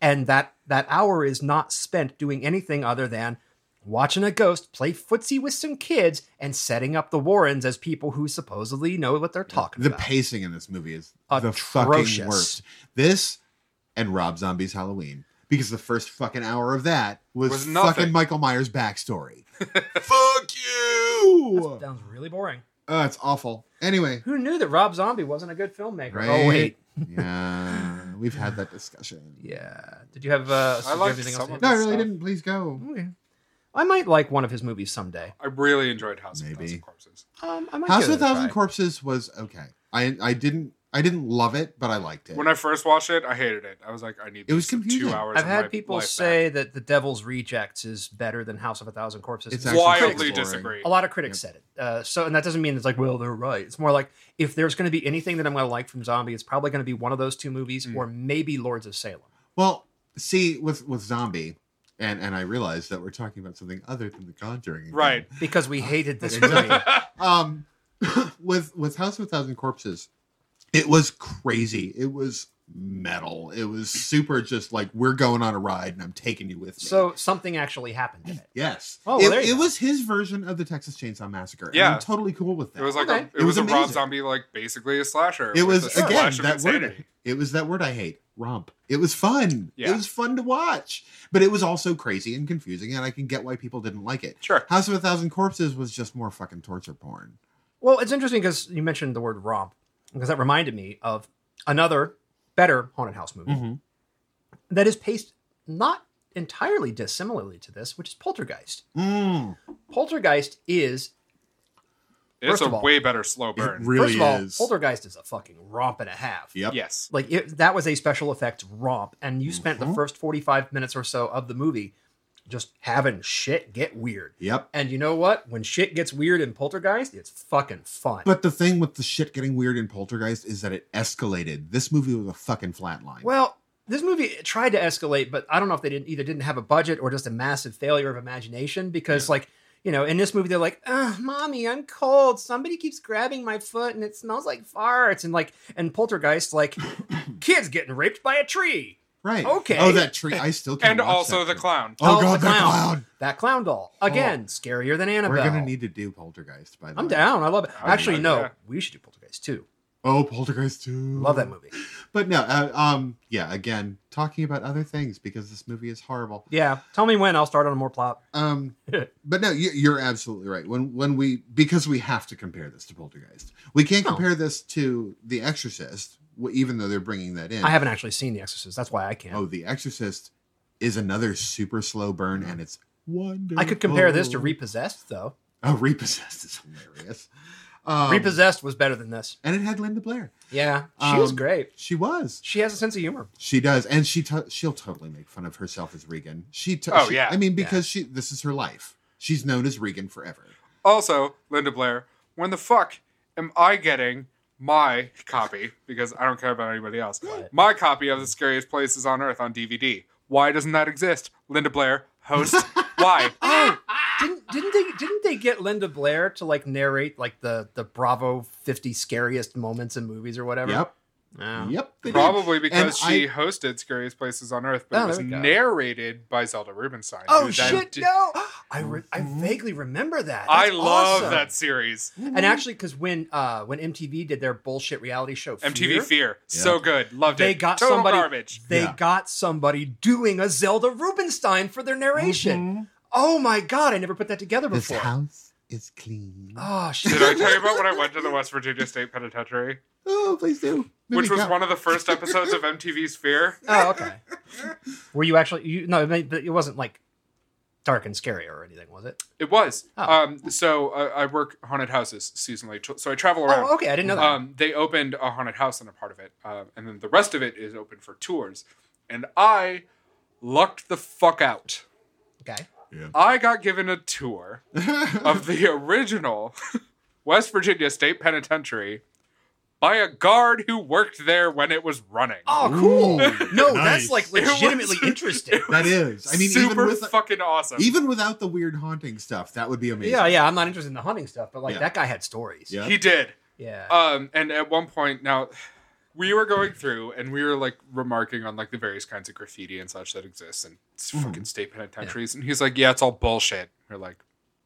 And that that hour is not spent doing anything other than watching a ghost play footsie with some kids and setting up the Warrens as people who supposedly know what they're talking
The
about.
pacing in this movie is the
Atrocious.
fucking worst. This and Rob Zombie's Halloween. Because the first fucking hour of that was,
Was nothing.
fucking Michael Myers' backstory. Fuck you!
Sounds really boring.
Oh, it's awful. Anyway,
Who knew that Rob Zombie wasn't a good filmmaker?
Right.
Oh wait,
yeah, we've had that discussion.
yeah. Did you have? Uh, did you have
liked
anything
some
else? to add?
of it.
No, I really didn't. Please go.
Okay. I might like one of his movies someday.
I really enjoyed House of
Maybe.
Thousand Corpses.
Um, I might
House
give
of
it
a
a
Thousand
try.
Corpses was okay. I I didn't I didn't love it, but I liked it.
When I first watched it, I hated it. I was like, I need
It was
these
confusing.
two hours.
I've
of my
had people
life
say that The Devil's Rejects is better than House of a Thousand Corpses.
It's
back.
actually
wildly
pretty boring.
disagree.
a lot of critics said it. Uh, so, and that doesn't mean it's like, well, they're right. It's more like if there's going to be anything that I'm going to like from Zombie, it's probably going to be one of those two movies,
Mm.
Hmm.
or maybe Lords of Salem.
Well, see, with with zombie, and and I realized that we're talking about something other than The Conjuring. again.
Right.
Because we hated this
Exactly.
movie.
Um, with with House of a Thousand Corpses, it was crazy. It was metal. It was super. Just like we're going on a ride, and I'm taking you with me.
so something actually happened in it.
yes,
Oh, well,
it,
there you
it
go.
was his version of the Texas Chainsaw Massacre. and
Yeah.
I'm totally cool with that.
It was like
Okay.
a, it,
It
was,
was
a Rob
amazing.
Zombie like basically a slasher.
It
with
was
a
again
splash of
that word.
insanity.
It was that word I hate. Romp. It was fun.
Yeah.
It was fun to watch, but it was also crazy and confusing, and I can get why people didn't like it.
Sure.
House of a Thousand Corpses was just more fucking torture porn.
Well, it's interesting because you mentioned the word romp, because that reminded me of another better haunted house movie.
Mm-hmm.
that is paced not entirely dissimilarly to this, which is Poltergeist.
Mm,
Poltergeist is,
It's
First
a
of all,
way better slow
it
burn.
really
first of all,
is.
Poltergeist is a fucking romp and a half.
Yep.
yes.
Like, it, that was a special effects romp, and you spent the
Mhm.
first 45 minutes or so of the movie just having shit get weird.
Yep.
And you know what? When shit gets weird in Poltergeist, it's fucking fun.
But the thing with the shit getting weird in Poltergeist is that it escalated. This movie was a fucking flatline.
well, this movie tried to escalate, but I don't know if they didn't either didn't have a budget or just a massive failure of imagination because like you know, in this movie, they're like, Ugh, "Mommy, I'm cold. Somebody keeps grabbing my foot, and it smells like farts." And like, and Poltergeist, like, kids getting raped by a tree.
right.
okay.
Oh, that tree. I still can't
and
watch
also
that
the
shit.
clown.
Oh,
Oh, the
god, the
clown.
clown.
That clown doll again, scarier than Annabelle.
Oh. We're gonna need to do Poltergeist. By the
I'm
way,
down. I love it.
I'm
Actually,
down,
no,
yeah.
we should do Poltergeist too.
Oh, Poltergeist two.
Love that movie.
But no, uh, um, yeah. Again, talking about other things because this movie is horrible.
Yeah, tell me when I'll start on more plot.
Um, but no, you, you're absolutely right. When when we because we have to compare this to Poltergeist, we can't
No.
compare this to The Exorcist, w- even though they're bringing that in.
I haven't actually seen The Exorcist. That's why I can't.
Oh, The Exorcist is another super slow burn, and it's wonderful.
I could compare this to Repossessed, though.
Oh, Repossessed is hilarious. Um,
Repossessed was better than this.
and it had Linda Blair.
Yeah, she was
um,
great.
She was.
She has a sense of humor.
She does, and she to- she'll totally make fun of herself as Regan. She to-
Oh,
she-
yeah.
I mean, because she this is her life. She's known as Regan forever.
Also, Linda Blair, when the fuck am I getting my copy? Because I don't care about anybody else.
Right.
My copy of The Scariest Places on Earth on DVD. Why doesn't that exist? Linda Blair, host. Why?
Ah,
Oh, didn't didn't they didn't they get Linda Blair to like narrate like the the Bravo 50 scariest moments in movies or whatever?
Yep.
Oh.
Yeah.
Yep. they did.
Probably because
And I-
she hosted Scariest Places on Earth, but
Oh,
it was
there we go.
narrated by Zelda Rubinstein.
Oh
who then
shit!
did-
No, I re- I
Mm-hmm.
vaguely remember that.
I
That's
love
awesome.
that series.
And actually, because when uh when MTV did their bullshit reality show,
MTV Fear,
Yeah.
so good, loved
They
it.
got
Total
somebody-
garbage.
they
Yeah.
got somebody doing a Zelda Rubinstein for their narration.
Mhm.
Oh my god, I never put that together
This
before.
house is clean.
Oh shit.
Did I tell you about when I went to the West Virginia State Penitentiary,
Oh, please do. There
which
we
was
go.
one of the first episodes of MTV's Fear?
Oh, okay. Were you actually you no, but it wasn't like dark and scary or anything, was it?
It was.
Oh.
Um, so uh, I work haunted houses seasonally, t- so I travel around.
Oh, okay, I didn't know that.
Um, they opened a haunted house in a part of it, um, and then the rest of it is open for tours. And I lucked the fuck out.
okay.
I got given a tour of the original West Virginia State Penitentiary by a guard who worked there when it was running.
Oh, cool.
Ooh,
no,
nice.
that's like
was-
legitimately interesting.
that is. I mean,
super
even with
fucking awesome.
even without the weird haunting stuff, that would be amazing.
Yeah, yeah. I'm not interested in the hunting stuff, but like
Yeah.
that guy had stories.
Yeah.
he did.
Yeah.
Um, and at one point, now we were going through and we were like remarking on like the various kinds of graffiti and such that exists and it's
Mm-hmm.
fucking state penitentiaries. And he's like, "Yeah, it's all bullshit." We're like,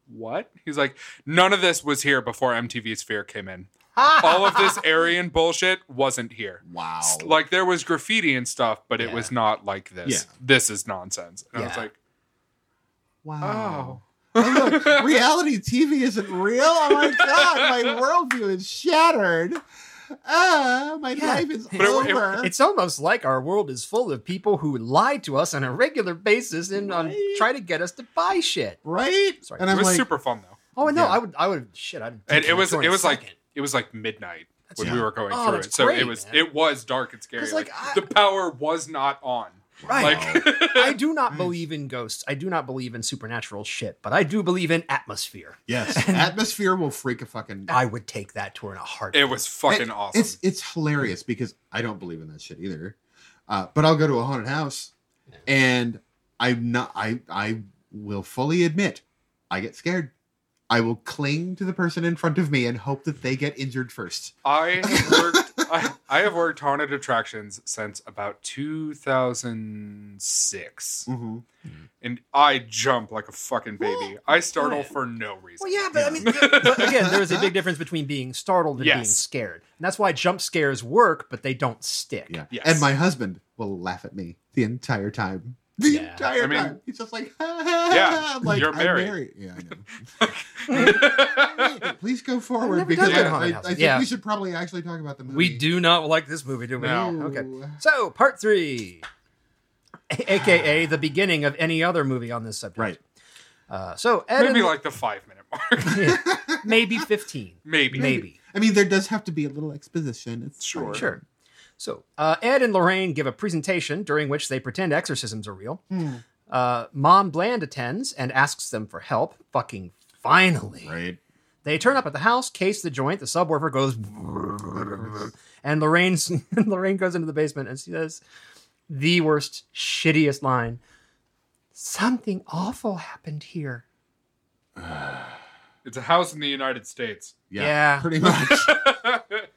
"What?" He's like, "None of this was here before MTV's Fear came in. Uh, All of this Aryan bullshit wasn't here.
Wow.
S- Like there was graffiti and stuff, but it
Yeah.
was not like this.
Yeah.
This is nonsense." And I was
Yeah.
like,
wow. Oh, look, reality TV isn't real. Oh my god, my worldview is shattered. Ah, my
Yeah.
life is
But
it- it-
over.
it's almost like our world is full of people who lie to us on a regular basis and um,
Right?
try to get us to buy shit.
right?
Sorry.
And
"It
I'm
was
like,
super fun though."
Oh no,
Yeah.
I would, I would, shit, I'd.
and it was
Jordan
it was like
second.
it was like midnight when
Yeah.
we were going
Oh,
through
that's
it. So
great,
it was
man.
it was dark and scary.
'Cause,
Like,
like, I-
the power was not on.
Right.
Like
I do not
Nice.
believe in ghosts. I do not believe in supernatural shit, but I do believe in atmosphere.
yes, atmosphere will freak a fucking
I would take that tour in a heartbeat.
it was fucking
It-
awesome.
It's it's hilarious because I don't believe in that shit either. Uh, but I'll go to a haunted house, and I'm not. I I will fully admit, I get scared. I will cling to the person in front of me and hope that they get injured first.
I have worked I, I have worked haunted attractions since about 2006. And I jump like a fucking baby. I startle
yeah.
for no reason.
Well, yeah, but I mean, but again, there is a big difference between being startled and being
Yes.
scared, and that's why jump scares work, but they don't stick.
Yeah.
Yes.
And my husband will laugh at me the entire time. The
Yeah.
entire
I mean-
time. He's just like, yeah,
Yeah,
I'm like
you're
I'm
married."
Yeah, I know. Please go forward
never
because
done that
I,
haunted
I, I
house.
think
Yeah.
we should probably actually talk about the movie.
We do not like this movie, do we?
No.
Okay.
Ooh.
So, part three, aka the beginning of any other movie on this subject.
Right.
Uh, so, Ed
maybe
and-
like the 5 minute mark.
Yeah. maybe fifteen,
maybe.
maybe.
I mean, there does have to be a little exposition. It's
Sure.
fine.
Sure.
Hmm.
So, uh, Ed and Lorraine give a presentation during which they pretend exorcisms are real. Uh, Mom Bland attends and asks them for help. Fucking finally.
Right.
They turn up at the house, case the joint. The subwoofer goes, and Lorraine's and Lorraine goes into the basement and she says the worst, shittiest line. Something awful happened here.
It's a house in the United States.
Yeah.
Yeah.
Pretty much.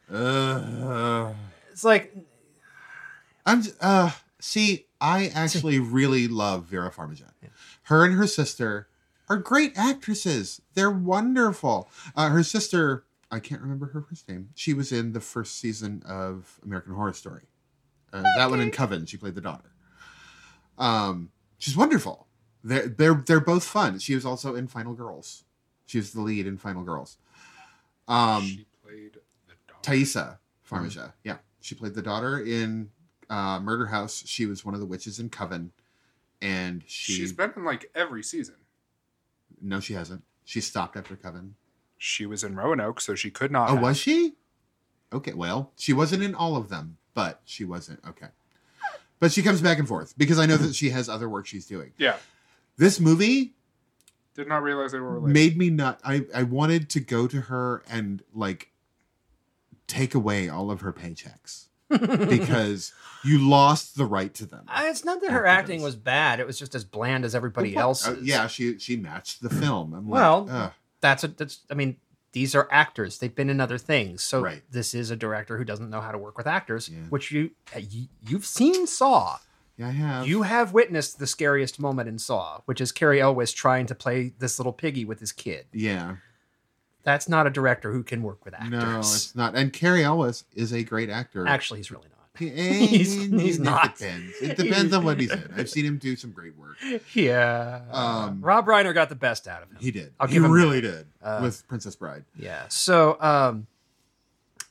uh,
It's like
I'm j- uh see, I actually really love Vera Farmiga. Her and her sister are great actresses. They're wonderful. Uh, her sister, I can't remember her first name. She was in the first season of American Horror Story. Uh, That one in Coven, she played the daughter. Um, she's wonderful. They're they're they're both fun. She was also in Final Girls. She was the lead in Final Girls. Um,
she played the dog.
Thaisa Farmiga. Yeah. She played the daughter in uh, Murder House. She was one of the witches in Coven. And she.
She's been in like every season.
no, she hasn't. She stopped after Coven.
She was in Roanoke, so she could not.
Oh,
have.
was she? Okay. Well, she wasn't in all of them, but she wasn't. Okay. But she comes back and forth because I know that she has other work she's doing.
Yeah,
This movie
did not realize they were related.
made me not I, I wanted to go to her and like take away all of her paychecks because you lost the right to them.
I- it's not that her
Actors.
acting was bad. It was just as bland as everybody else.
Uh, yeah, she she matched the film. I'm
Well,
like, ugh,
that's a, that's. I mean, these are actors. They've been in other things. So
Right.
this is a director who doesn't know how to work with actors,
Yeah.
which you, uh, you you've seen Saw.
yeah, I have.
You have witnessed the scariest moment in Saw, which is Cary Elwes trying to play this little piggy with his kid.
yeah,
That's not a director who can work with actors.
no, it's not. And Carrie Ellis is a great actor.
Actually, he's really not.
Eh,
he's- he's
it
not.
Depends. It depends on what he's in. I've seen him do some great work.
Yeah.
Um,
Rob Reiner got the best out of him.
He did.
I'll
he
give him
really did
Uh,
with Princess Bride.
yeah. So, um,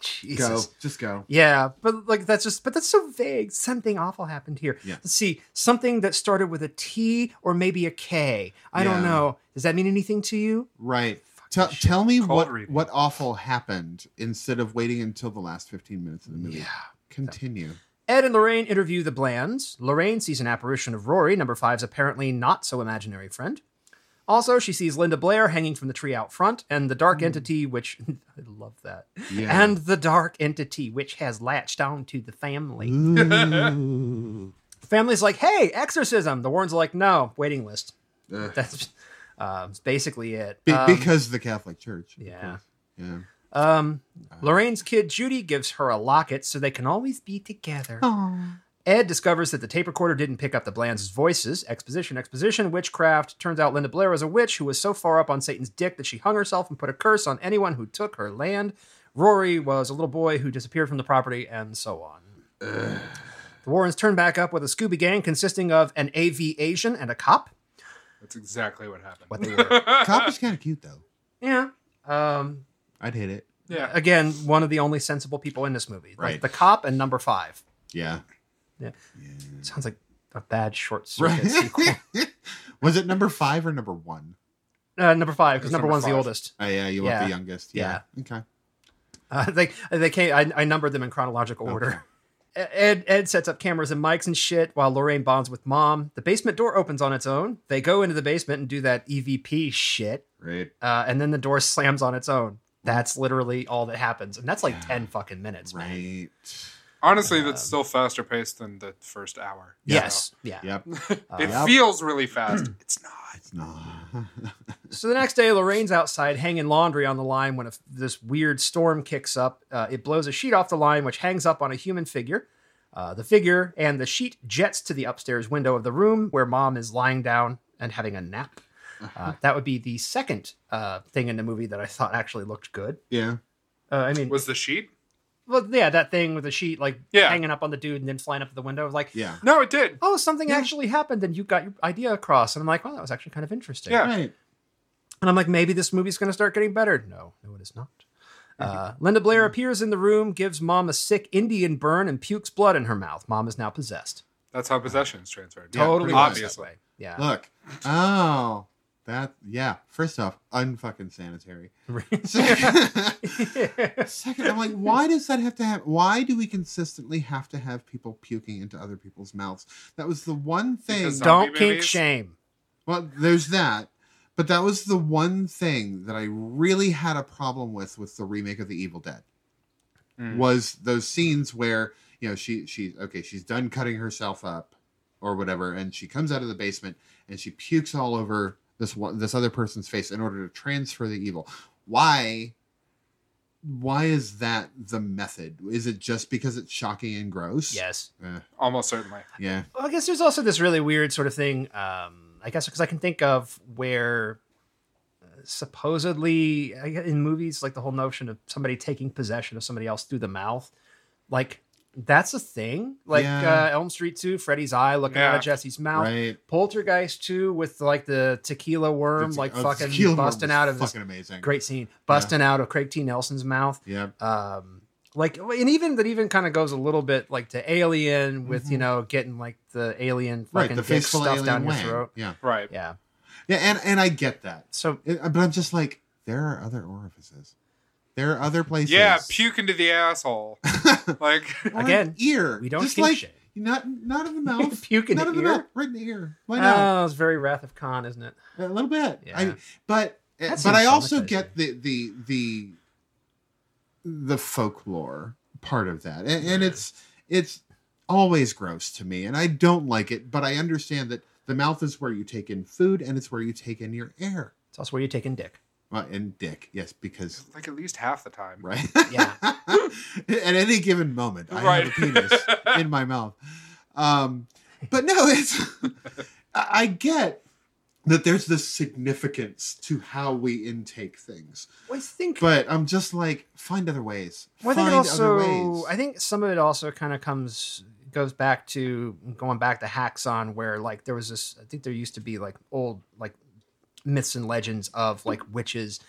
Jesus.
Go, just go.
Yeah, but like that's just but that's so vague. Something awful happened here.
Yeah.
Let's see, something that started with a T or maybe a K. I don't
Yeah.
know. Does that mean anything to you?
Right. Tell, tell me
Cold
what
reading.
what awful happened instead of waiting until the last 15 minutes of the movie.
Yeah. Um,
Continue.
Ed and Lorraine interview the Blands. Lorraine sees an apparition of Rory, number five's apparently not so imaginary friend. Also, she sees Linda Blair hanging from the tree out front, and the dark entity, which I love that,
Hmm. Yeah.
and the dark entity which has latched on to the family.
Ooh.
Family's like, "Hey, exorcism." The Warrens are like, "No, waiting list."
Ugh.
That's uh, it's basically it.
Be-
Um,
because the Catholic Church. of
yeah.
course. Yeah.
Um, Lorraine's kid Judy gives her a locket so they can always be together. Ed discovers that the tape recorder didn't pick up the Blands' voices. Exposition, exposition, witchcraft. Turns out Linda Blair was a witch who was so far up on Satan's dick that she hung herself and put a curse on anyone who took her land. Rory was a little boy who disappeared from the property, and so on. The Warrens turn back up with a Scooby gang consisting of an AV Asian and a cop.
That's exactly what happened.
What they were.
Cop is kind of cute though.
yeah. Um,
I'd hit it.
yeah,
again, one of the only sensible people in this movie. Like,
Right.
the cop and number five.
Yeah.
Sounds like a bad short circuit
Right.
sequel.
Was it number five or number one?
Uh, number five, because
It's
number,
number
one's the
five.
oldest.
Oh, yeah, you
Yeah.
want the youngest. Yeah. Okay.
Uh, they they came. I, I numbered them in chronological order. E-, Ed Ed sets up cameras and mics and shit while Lorraine bonds with mom. The basement door opens on its own. They go into the basement and do that EVP shit,
Right.
uh, and then the door slams on its own. That's literally all that happens, and that's like ten fucking minutes, man.
Right.
honestly,
Um,
that's still faster paced than the first hour.
Yes, yeah.
Yep.
it
Yep.
feels really fast. it's not.
It's not.
So the next day, Lorraine's outside hanging laundry on the line when a, this weird storm kicks up. Uh, it blows a sheet off the line, which hangs up on a human figure. Uh, the figure and the sheet jets to the upstairs window of the room where mom is lying down and having a nap. Uh, that would be the second uh, thing in the movie that I thought actually looked good.
yeah.
Uh, I mean,
Was the sheet?
well, yeah, that thing with the sheet like
Yeah.
hanging up on the dude and then flying up to the window, like,
Yeah.
No, it did.
oh, something
Yeah.
actually happened, and you got your idea across. And I'm like, wow, that was actually kind of interesting.
Yeah.
Right.
And I'm like, maybe this movie's going to start getting better. No, no, it is not. Uh, Linda Blair appears in the room, gives mom a sick Indian burn, and pukes blood in her mouth. Mom is now possessed.
That's how possession is transferred.
Yeah,
totally
pretty much.
obviously. Yeah.
Look. Oh. That yeah. First off, unfucking sanitary.
Right.
Second, second, I'm like, why does that have to have? Why do we consistently have to have people puking into other people's mouths? That was the one thing.
Because
Don't
Zombie
kink
movies?
shame.
Well, there's that. But that was the one thing that I really had a problem with with the remake of The Evil Dead
Mm.
was those scenes where, you know, she she okay, she's done cutting herself up or whatever and she comes out of the basement and she pukes all over this one this other person's face in order to transfer the evil. Why why is that the method? Is it just because it's shocking and gross?
Yes.
Eh,
Almost certainly.
yeah.
Well, I guess there's also this really weird sort of thing. Um, I guess because I can think of where uh, supposedly I gue- in movies, like the whole notion of somebody taking possession of somebody else through the mouth, like that's a thing. Like
Yeah.
uh, Elm Street 2, Freddy's eye looking
Yeah.
out of Jesse's mouth.
Right.
Poltergeist 2 with like the tequila worm,
That's-
like
oh,
fucking
Tequila Worm
busting
was
out of this
fucking amazing.
great scene, busting out of Craig T. Nelson's mouth
Yeah.
um like and even that even kind of goes a little bit like to alien with you
Mhm.
know getting like the alien fucking
right the
dick
faithful
stuff
alien
down
Wang.
your throat
yeah
Right.
yeah
yeah and and i get that
so
It- uh, but i'm just like there are other orifices there are other places
Yeah, puke into the asshole. like
Or an
Again,
ear
we don't
just
think
like
shit
not not in the mouth
puke in
not
the
in the
ear
mouth right in the ear why not
oh it's very wrath of khan isn't it
a little bit
Uh, Yeah.
I, but
That
but i
seems
also
traumatizing.
get the the the the folklore part of that and, and
Yeah.
it's it's always gross to me and i don't like it but i understand that the mouth is where you take in food and it's where you take in your air
it's also where you're taking dick
Well, and dick, yes, because
like at least half the time.
right,
Yeah.
At any given moment, I
Right.
have a penis in my mouth. Um, but no, it's I I get that there's this significance to how we intake things,
well, i think
but I'm just like find other ways.
Well, I
find
think it
other
also,
ways.
I think some of it also kind of comes goes back to going back to Haxon, where like there was this. I think there used to be like old like myths and legends of like witches.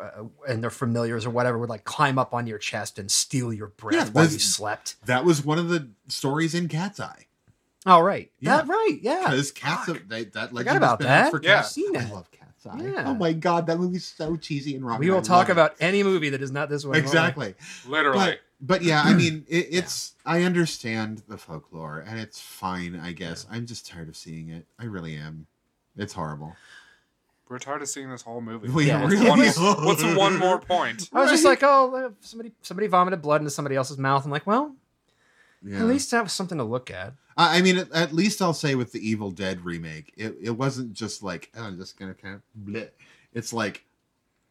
Uh, and their familiars or whatever would like climb up on your chest and steal your breath
Yeah,
while
those-
you slept.
that was one of the stories in Cat's Eye
Oh right,
Yeah.
that right, yeah.
because Cat's
fuck.
they, that
Forgot
legend has
about
been out
that.
For
Yeah.
Cat's-
Seen
I
it.
love Cat's Eye.
Yeah.
Oh my god, that movie's so cheesy and wrong.
We will talk about any movie that is not this one.
exactly.
Literally.
But, but
Hmm.
yeah, I mean, it, it's I understand the folklore and it's fine, I guess. I'm just tired of seeing it. I really am. It's horrible.
We're tired of seeing this whole movie.
We
Yeah,
really
One-
are.
what's one more point?
I was just
Right.
like, oh, somebody somebody vomited blood into somebody else's mouth. I'm like, well,
Yeah.
at least that was something to look at.
I, I mean, at, at least I'll say with the Evil Dead remake, it, it wasn't just like oh, I'm just gonna kind of. Bleh. It's like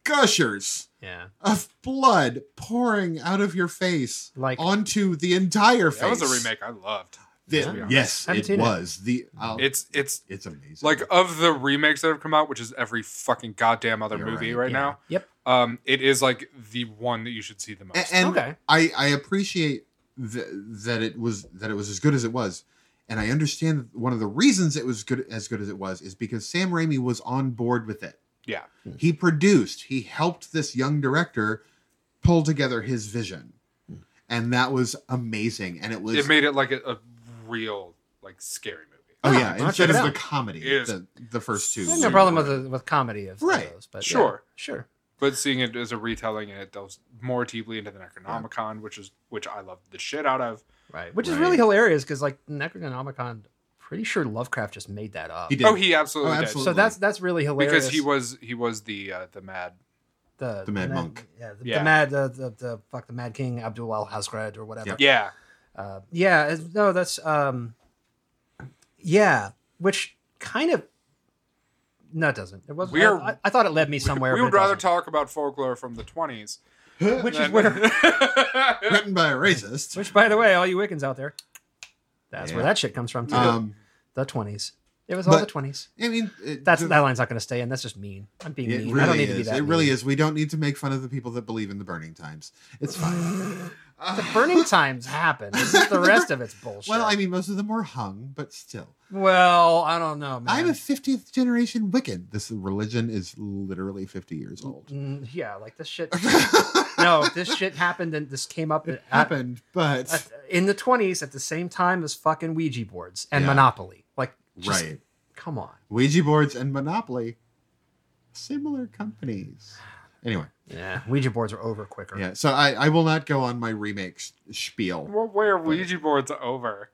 gushers
Yeah,
of blood pouring out of your face
like
onto the entire face.
That was a remake I loved.
The-
Yeah. Yeah.
Yes,
Haven't
it
seen it.
was the. I'll-
It's it's
it's amazing.
like of the remakes that have come out, which is every fucking goddamn other
You're
movie
right,
right,
yeah. Yep.
now. Um, it is like the one that you should see the most.
A- and
okay.
I I appreciate th- that it was that it was as good as it was, and I understand that one of the reasons it was good as good as it was is because Sam Raimi was on board with it.
Yeah.
he produced, he helped this young director pull together his vision, and that was amazing. And it was
it made it like a, a real like scary movie.
oh
Yeah,
yeah,
I'll
instead
check it
of the
out.
comedy,
It is
the the first two.
I
Yeah,
have no problem with the, with comedy of
Right.
those, but yeah.
Sure.
sure.
But seeing it as a retelling and it delves more deeply into the Necronomicon, which is which I love the shit out of.
Right. Which is
Right.
really hilarious because like Necronomicon, pretty sure Lovecraft just made that up.
He did.
Oh, he absolutely,
Oh,
did.
absolutely.
So that's that's really hilarious
Because he was he was the uh, the mad
the,
The Mad Monk.
Yeah, the,
Yeah.
the mad uh, the the fuck the Mad King Abdul Al Hazred or whatever.
yeah
Uh, yeah. it's- No, that's um, yeah. Which kind of no, it doesn't. It was.
We're-
I, I thought it led me somewhere.
we
but
would
it
rather
doesn't.
talk about folklore from the 20s
Which is
than-
where.
written by a racist.
Which, by the way, all you Wiccans out there, that's where
Yeah.
that shit comes from too.
um,
the twenties. It was all
But-
the twenties.
I mean, it-
That's
the-
that line's not going to stay in. That's just mean. I'm being
It
mean.
really
I don't need
is.
to be that.
it really is. We don't need to make fun of the people that believe in the burning times. It's fine.
The burning times happen. It's just the rest of it's bullshit.
well, I mean, most of them were hung, but still.
well, I don't know, man.
I'm a 50th generation Wiccan. This religion is literally 50 years old.
Mm, yeah, like this shit.
it
no, this shit happened and this came up at-
happened, but
at- in the twenties at the same time as fucking Ouija boards and
Yeah.
Monopoly. Like, just,
right.
Come on.
Ouija boards and Monopoly similar companies. Anyway,
Yeah, Ouija boards are over quicker.
yeah. So I, I will not go on my remake sh- spiel.
Well, where Ouija boards over?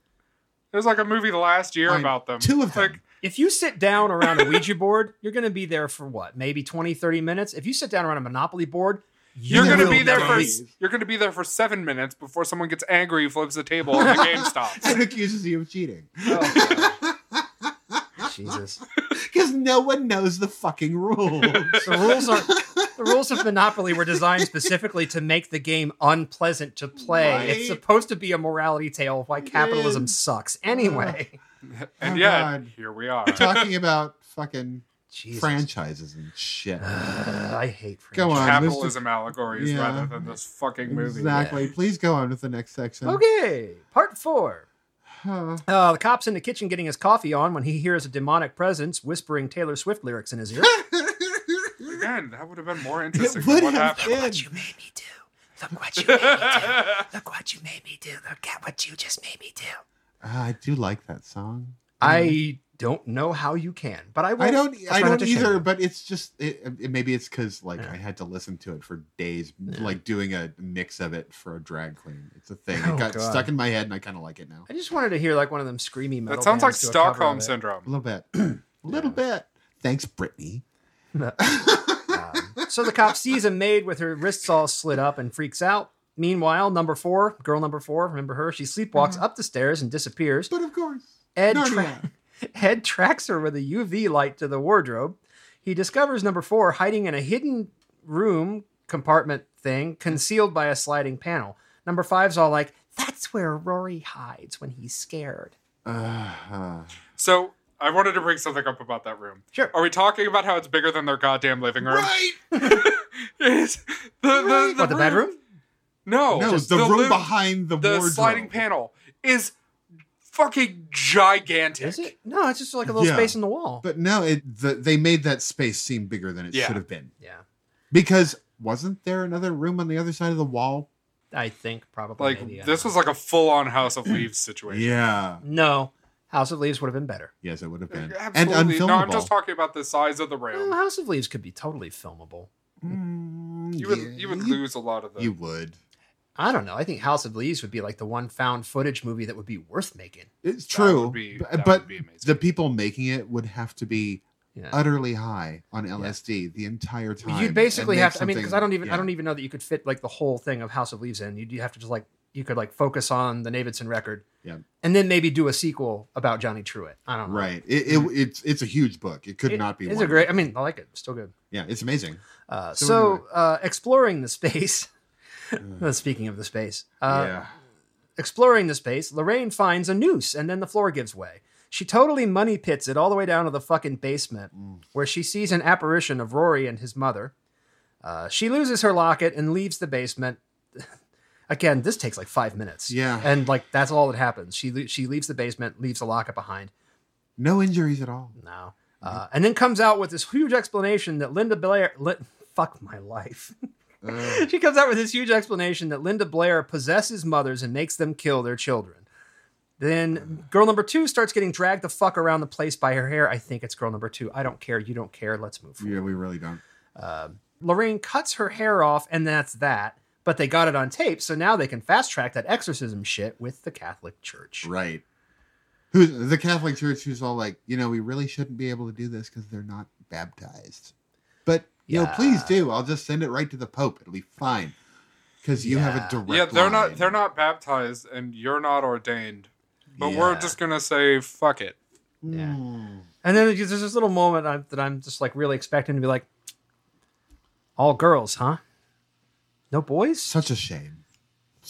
There's like a movie last year
I-
about them.
Two of them.
Like,
If you sit down around a Ouija board, you're going to be there for what? Maybe 20, 30 minutes. If you sit down around a Monopoly board, you
you're gonna
will
be there
not
for
leave.
you're gonna be there for seven minutes before someone gets angry, flips the table, and the game stops.
and accuses you of cheating Oh.
Jesus.
because no one knows the fucking rules.
The rules are the rules of Monopoly were designed specifically to make the game unpleasant to play.
Right.
It's supposed to be a morality tale of why capitalism
is.
sucks. Anyway,
Oh,
And yet
God.
here we are.
Talking about fucking
Jesus.
franchises and shit.
Uh, Ugh, I hate
Go
franchise.
on.
Capitalism allegories
Yeah.
rather than this fucking movie.
Exactly. Please go on with the next section.
Okay, part four.
Uh,
Uh, the cop's in the kitchen getting his coffee on when he hears a demonic presence whispering Taylor Swift lyrics in his ear.
Again, that would have been more interesting
it
than
would
what
have
happened.
been.
made me do. Look what you Look what you made me do. Look at what you just made me do.
Uh, I do like that song.
I don't know how you can, but I will.
Mm-hmm. I don't.
That's
I
not
don't
to shame
either.
you.
But it's just. It, it, maybe it's because like
Yeah.
I had to listen to it for days,
Yeah.
like doing a mix of it for a drag queen. It's a thing.
Oh,
it got
God.
stuck in my head, and I kind of like it now
I just wanted to hear like one of them screamy metal.
That sounds like
bands do a cover of
Stockholm
it.
a
syndrome.
little bit, a little bit. Thanks, Brittany.
Um, so the cop sees a maid with her wrists all slit up and freaks out. Meanwhile, number four, girl number four, remember her? She sleepwalks
Mm-hmm.
up the stairs and disappears.
But of course,
Ed, tra-
Narnia.
Ed tracks her with a UV light to the wardrobe. He discovers number four hiding in a hidden room compartment thing concealed by a sliding panel. Number five's all like, that's where Rory hides when he's scared.
Uh,
So I wanted to bring something up about that room.
Sure.
Are we talking about how it's bigger than their goddamn living room?
right.
It's- the, the,
What, the bedroom?
No,
No, the, room
liv-
behind the,
the
wardrobe.
sliding panel is fucking gigantic.
Is it? No, it's just like a little
Yeah.
space in the wall.
But no, it the, they made that space seem bigger than it
Yeah.
should have been
yeah.
because wasn't there another room on the other side of the wall?
I think probably. uh,
Like
maybe, I
this
don't
was like a full-on House of Leaves situation.
Yeah.
know. no House of Leaves would have been better.
Yes, it would have been. And Oh,
Absolutely.
unfilmable.
No, I'm just talking about the size of the
Well,
room.
House of Leaves could be totally filmable.
Mm,
You would
yeah,
you would
you-
lose a lot of the
You would.
I don't know. I think House of Leaves would be like the one found footage movie that would be worth making.
It's
That would
true. b-
be- that would
but
be amazing.
the people making it would have to be
Yeah.
utterly high on LSD the entire time.
You'd basically
and
have
make
to. I mean, because
something-
I don't even.
yeah.
I don't even know that you could fit like the whole thing of House of Leaves in. You'd, you have to just like you could like focus on the Davidson record.
Yeah.
And then maybe do a sequel about Johnny Truitt. I don't know.
Right. It, it, it's it's a huge book. It could
It-
not be.
It's
one.
a great. I mean, I like it. Still good.
Yeah, it's amazing.
Uh, so
So anyway. Mm.
uh, exploring the space. Speaking of the space, uh,
yeah.
Exploring the space, Lorraine finds a noose and then the floor gives way. She totally money pits it all the way down to the fucking basement
Mm.
where she sees an apparition of Rory and his mother. Uh, she loses her locket and leaves the basement. Again, this takes like five minutes.
Yeah.
And like that's all that happens. She, le- she leaves the basement, leaves the locket behind.
No injuries at all.
No.
Mm-hmm.
Uh, and then comes out with this huge explanation that Linda Blair. Li- fuck my life.
Uh,
She comes out with this huge explanation that Linda Blair possesses mothers and makes them kill their children. Then girl number two starts getting dragged the fuck around the place by her hair. I think it's girl number two. I don't care. You don't care. Let's move. forward.
yeah, we really don't.
Lorraine cuts her hair off, and that's that. But they got it on tape, so now they can fast track that exorcism shit with the Catholic Church.
Right. Who's the Catholic Church? Who's all like, you know, we really shouldn't be able to do this because they're not baptized. But you know,
Yeah.
please do. I'll just send it right to the Pope. It'll be fine because you have
Yeah.
a direct.
Yeah, they're
line.
not they're not baptized and you're not ordained. But we're
Yeah.
just gonna say fuck it.
Yeah.
Mm.
And then there's this little moment I, that I'm just like really expecting to be like, all girls, huh? No boys?
Such a shame.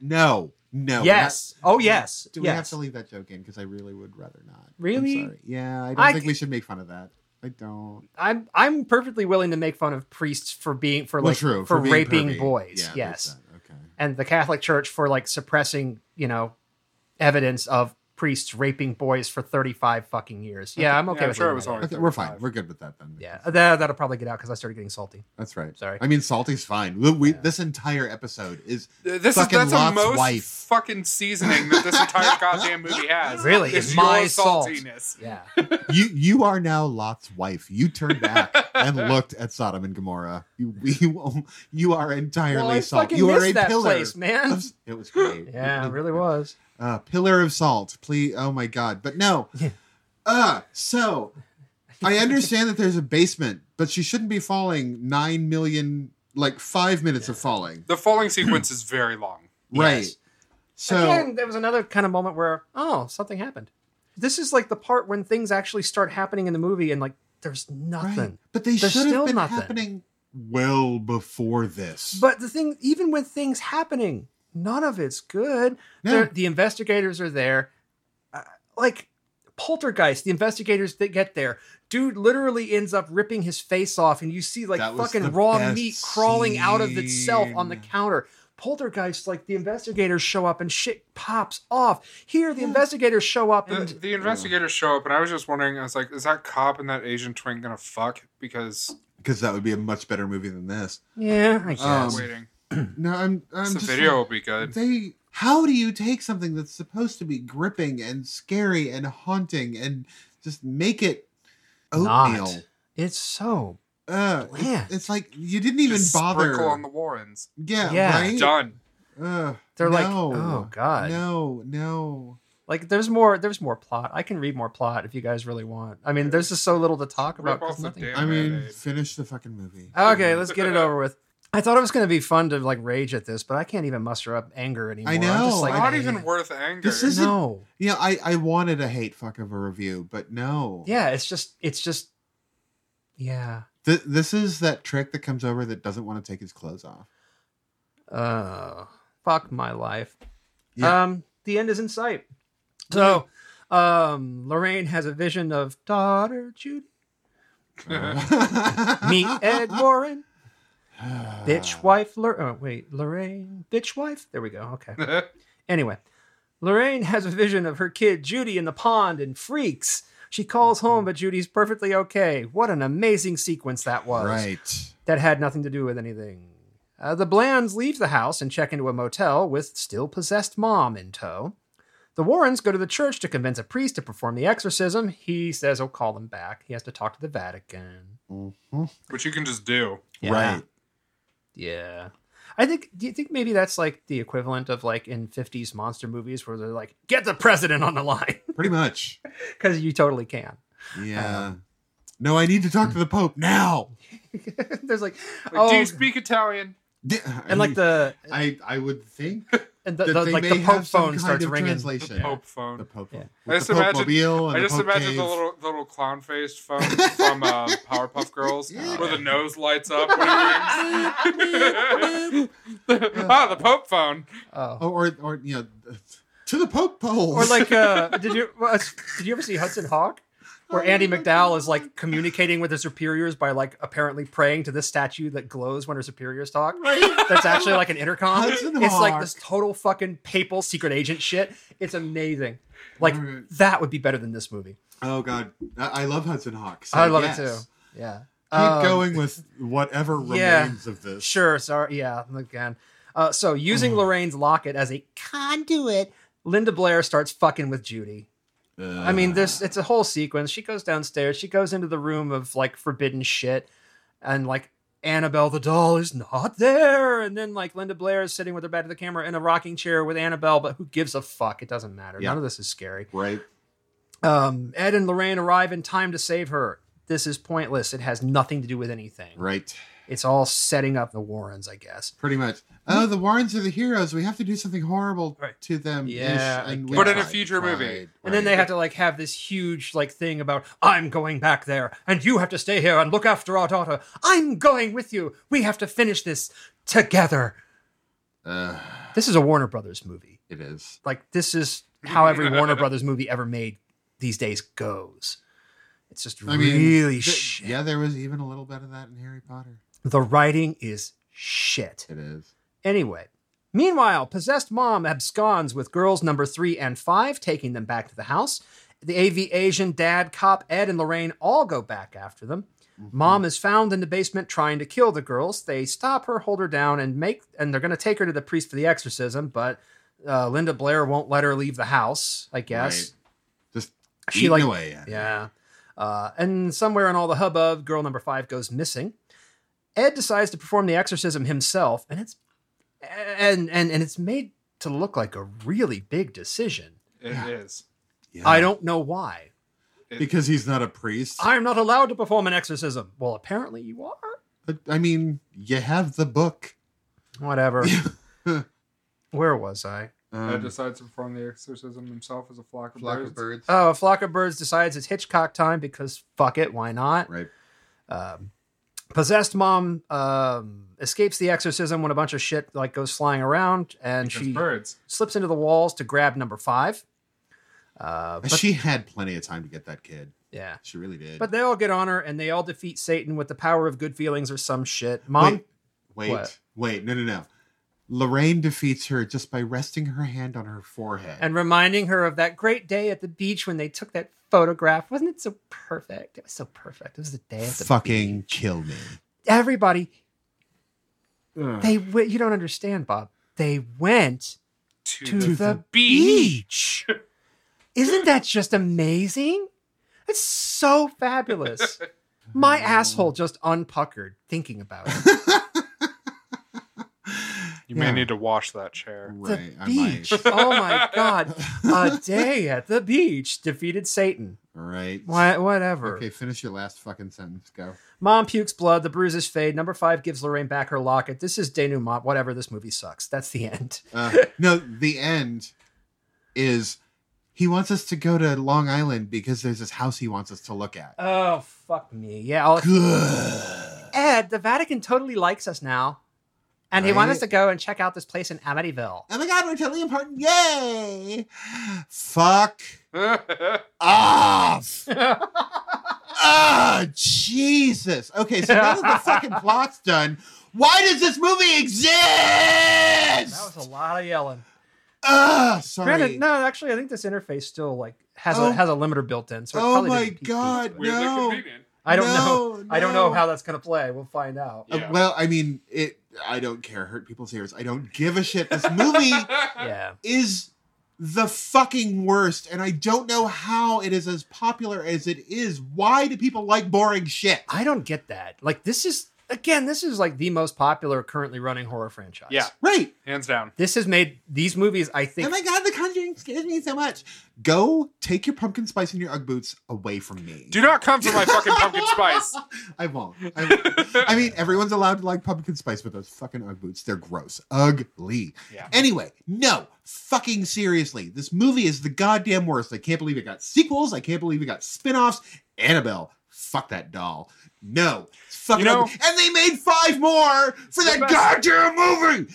no, no.
yes. oh, yes.
Do we
yes.
have to leave that joke in? Because I really would rather not. I'm
Really?
sorry. Yeah, I don't
I
think
c-
we should make fun of that. I don't.
I'm I'm perfectly willing to make fun of priests for being for
well,
like
true.
for,
being
raping
pervy.
boys,
Yeah,
yes,
there's that. Okay.
and the Catholic Church for like suppressing you know evidence of priests raping boys for 35 fucking years. Yeah, I'm okay
Yeah, I'm
with
sure it
leaving
was
that in.
only
Okay, we're fine.
35.
We're good with that then.
Yeah, that, that'll probably get out because I started getting salty.
That's right.
Sorry.
I mean, salty's fine. We, we, This entire episode is
Th- This
Fucking
is that's the
Lot's
most
wife.
fucking seasoning that this entire goddamn movie has.
Really,
is
it's my
your
salt.
saltiness.
Yeah.
you. You are now Lot's wife. You turned back and looked at Sodom and Gomorrah. You you, you are entirely
Well, I
salt.
fucking
You are
missed
a
that
pillar.
place, man.
of- It was great.
Yeah, it really was.
Uh, pillar of salt. Please. Oh my god. But no. Uh, so I understand that there's a basement, but she shouldn't be falling nine million, like five minutes of falling.
The falling sequence is very long.
Right.
Yes.
So
Again, there was another kind of moment where, oh, something happened. This is like the part when things actually start happening in the movie and like there's nothing.
Right. But they
There's
should have
still
been
nothing.
happening well before this.
But the thing, even with things happening, none of it's good.
No.
They're- The investigators are there. Uh, like poltergeist, the investigators that get there, dude literally ends up ripping his face off, and you see like
That was the
fucking raw
best
meat crawling out of itself on the
scene.
counter. Poltergeist, like the investigators show up and shit pops off. Here, the investigators show up
The,
Uh,
and uh,
the investigators show up, and I was just wondering. I was like, "Is that cop and that Asian twin gonna fuck?" Because
because that would be a much better movie than this.
yeah, I
Um,
guess.
waiting,
No, I'm. I'm
the
just
video will be good.
They. How do you take something that's supposed to be gripping and scary and haunting and just make it oatmeal?
Not. It's so
Uh, it-
Bland.
it's like you didn't even
Just
bother.
sprinkle on the Warrens.
yeah,
Yeah.
right.
Done.
Ugh,
They're like,
no.
oh, God.
no, no.
Like there's more there's more plot. I can read more plot if you guys really want. I mean, there's just so little to talk about.
Rip
'cause
off the
nothing-
damn
I mean,
Band-Aid.
finish the fucking movie.
Okay, let's get it over with. I thought it was going to be fun to like rage at this, but I can't even muster up anger anymore. I'm
know,
just like,
I
not
mean,
even worth anger.
uh, this is-
no.
Yeah, I I wanted a hate fuck of a review, but no.
Yeah, it's just it's just yeah.
Th- this is that trick that comes over that doesn't want to take his clothes off.
Uh, fuck my life.
Yeah.
Um, the end is in sight. So, um, Lorraine has a vision of daughter Judy, meet Ed Warren,
Ah.
bitch wife. Lor- oh wait, Lorraine, bitch wife. There we go. Okay. Anyway, Lorraine has a vision of her kid Judy in the pond and freaks. She calls home, but Judy's perfectly okay. What an amazing sequence that was.
Right.
That had nothing to do with anything. Uh, the Blands leave the house and check into a motel with still possessed mom in tow. The Warrens go to the church to convince a priest to perform the exorcism. He says he'll call them back. He has to talk to the Vatican.
Which you can just do.
Yeah.
Mm-hmm. Right.
Yeah. I think do you think maybe that's like the equivalent of like in 50s monster movies where they're like, get the president on the line.
Pretty much.
Because you totally can.
Yeah.
Um,
no, I need to talk to the Pope now.
There's like,
Like,
oh,
do you speak Italian?
D-
and like the
I I would think
and the,
that
the-
they
like
may
the Pope
have some
phone
kind
starts
of
ringing.
Translation.
Pope
The
phone.
Pope.
Yeah.
phone.
I
With
just
the Pope
imagine-
mobile and
I
the
just
Pope
imagine the
cave.
little the little clown faced phone from uh, Powerpuff Girls,
Yeah.
where the nose lights up when it rings. ah, the Pope phone.
Oh.
Oh, or or you know, to the Pope poles.
Or like, uh, did you well, it's- did you ever see Hudson Hawk? Where
Oh
Andy
my
McDowell is
God.
like communicating with his superiors by like apparently praying to this statue that glows when her superiors talk.
Right.
That's actually like an intercom.
Hudson
it's like
Hawk.
this total fucking papal secret agent shit. It's amazing. Like
Right.
that would be better than this movie.
Oh God, I I love Hudson Hawk. so
I love
yes.
it too. Yeah.
Keep
Um,
going with whatever
yeah.
remains of this.
Sure. Sorry. Yeah. Again. Uh, so
Mm.
using Lorraine's locket as a conduit, Linda Blair starts fucking with Judy. I mean,
Uh,
this it's a whole sequence. She goes downstairs. She goes into the room of like forbidden shit, and like Annabelle the doll is not there. And then like Linda Blair is sitting with her back to the camera in a rocking chair with Annabelle. But who gives a fuck? It doesn't matter.
Yeah.
None of this is scary.
right.
Um, Ed and Lorraine arrive in time to save her. This is pointless. It has nothing to do with anything.
Right.
It's all setting up the Warrens, I guess.
Pretty much. Oh, the Warrens are the heroes. We have to do something horrible
Right.
to them.
Yeah, I
and we
But in a
tried,
future
tried,
movie. And
And then
right.
they have to like have this huge like thing about I'm going back there and you have to stay here and look after our daughter. I'm going with you. We have to finish this together.
Uh,
This is a Warner Brothers movie.
it is.
Like this is how every Warner Brothers movie ever made these days goes. It's just
I mean,
really
th-
shit.
yeah, there was even a little bit of that in Harry Potter.
The writing is shit.
It is.
Anyway, Meanwhile, possessed mom absconds with girls number three and five, taking them back to the house. The AV Asian, dad, cop, Ed, and Lorraine all go back after them. Mom is found in the basement trying to kill the girls. They stop her, hold her down, and make and they're going to take her to the priest for the exorcism. But uh, Linda Blair won't let her leave the house. I guess
Just
She,
eating
like-
away at it.
yeah. Uh, and somewhere in all the hubbub, girl number five goes missing. Ed decides to perform the exorcism himself, and it's and and and it's made to look like a really big decision.
It
Yeah.
is.
Yeah.
I don't know why.
because he's not a priest. I,
I'm not allowed to perform an exorcism. Well, apparently you are.
I mean, you have the book.
Whatever. Where was I?
Um,
Ed decides to perform the exorcism himself as a flock of
flock
birds.
of birds.
Oh, a flock of birds decides it's Hitchcock time because fuck it, why not?
right.
Um, possessed mom um, escapes the exorcism when a bunch of shit like goes flying around, and
Because
she
birds.
slips into the walls to grab number five. Uh, but,
she had plenty of time to get that kid.
yeah.
She really did.
But they all get on her and they all defeat Satan with the power of good feelings or some shit. Mom,
wait, wait,
What?
wait, no, no, no. Lorraine defeats her just by resting her hand on her forehead.
and reminding her of that great day at the beach when they took that photograph. Wasn't it so perfect? It was so perfect. It was the day at the
fucking kill me.
Everybody, they w- you don't understand, Bob. They went
to,
to,
the,
the, beach. Isn't that just amazing? It's so fabulous. My asshole just unpuckered thinking about it.
You
Yeah.
may need to wash that chair.
Right,
the
I
beach.
might.
oh my god, a day at the beach defeated Satan.
All right.
Why, whatever.
Okay, finish your last fucking sentence. Go.
Mom pukes blood. The bruises fade. Number five gives Lorraine back her locket. This is denouement. Whatever. This movie sucks. That's the end.
Uh, no, the end is he wants us to go to Long Island because there's this house he wants us to look at.
Oh fuck me. Yeah. I'll,
Good.
Ed, the Vatican totally likes us now, and he wants
Right?
us to go and check out this place in Amityville.
Oh my god, we're totally important. Yay! Fuck
That's
off! Ah, Jesus. Okay, so now that the fucking plot's done, why does this movie exist?
a lot of yelling.
Ah, sorry.
Granted, no, actually, I think this interface still like has
Oh.
a has a limiter built in. So it
Oh
probably
my
didn't peak
God.
deep, but-
weirdly
No.
convenient.
I don't know.
No,
I don't know
no.
how that's gonna play. We'll find out.
Uh,
Yeah.
well, I mean, it. I don't care. Hurt people's ears. I don't give a shit. This movie
Yeah.
is the fucking worst, and I don't know how it is as popular as it is. Why do people like boring shit?
I don't get that. Like this is again, this is like the most popular currently running horror franchise.
Yeah.
Right.
Hands down.
This has made these movies, I
Oh
think
my god, The Conjuring scares me so much. Go take your pumpkin spice and your Ugg boots away from me.
Do not come for my fucking pumpkin spice.
I won't. I, won't. I mean, everyone's allowed to like pumpkin spice, but those fucking Ugg boots, they're gross. Ugly.
Yeah.
Anyway, no, fucking seriously. This movie is the goddamn worst. I can't believe it got sequels. I can't believe it got spin offs. Annabelle, fuck that doll. No, it's fucking
You know-
ugly. And they made five more for
the
that
best.
goddamn movie.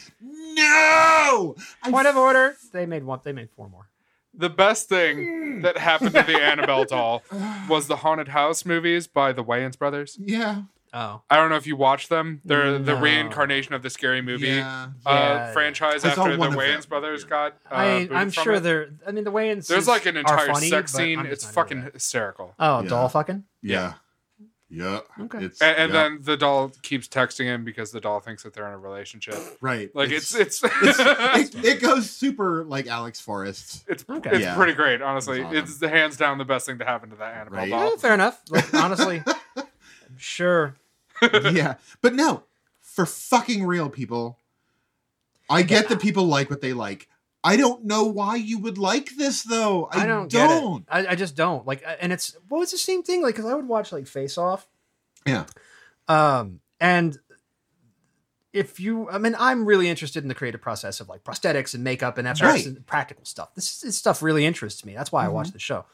No. I
point of order. They made one they made four more.
The best thing that happened to the Annabelle doll was the haunted house movies by the Wayans brothers.
Yeah.
Oh.
I don't know if you watch them. They're the
No.
reincarnation of the scary movie
Yeah.
uh,
Yeah.
franchise
I saw
after the
one of them.
Wayans brothers got. Uh,
I,
booted
I'm
from
sure
it.
there I mean the Wayans
There's
is-
like an
are
entire
funny,
sex
but I'm
scene.
just
It's
not
fucking
into that.
hysterical.
Oh,
Yeah.
doll fucking?
Yeah. Yeah.
Okay.
It's-
And, and
yeah.
then the doll keeps texting him because the doll thinks that they're in a relationship.
right.
Like it's it's it's,
it's- it, it goes super like Alex Forrest.
it's,
Okay.
Yeah.
pretty great, honestly.
It's awesome.
It's the hands down the best thing to happen to that Annabelle
Right.
Yeah,
doll.
fair enough. Like, honestly. I'm sure.
yeah. But no, for fucking real people, I get that people like what they like. I don't know why you would like this though. I,
I don't, get it.
don't.
I, I just don't like, I- and it's well, it's the same thing. Like, because I would watch like Face Off.
Yeah.
Um, and if you, I mean, I'm really interested in the creative process of like prosthetics and makeup and FX
Right. Mm-hmm.
and practical stuff. This, this stuff really interests me. That's why I watch the show.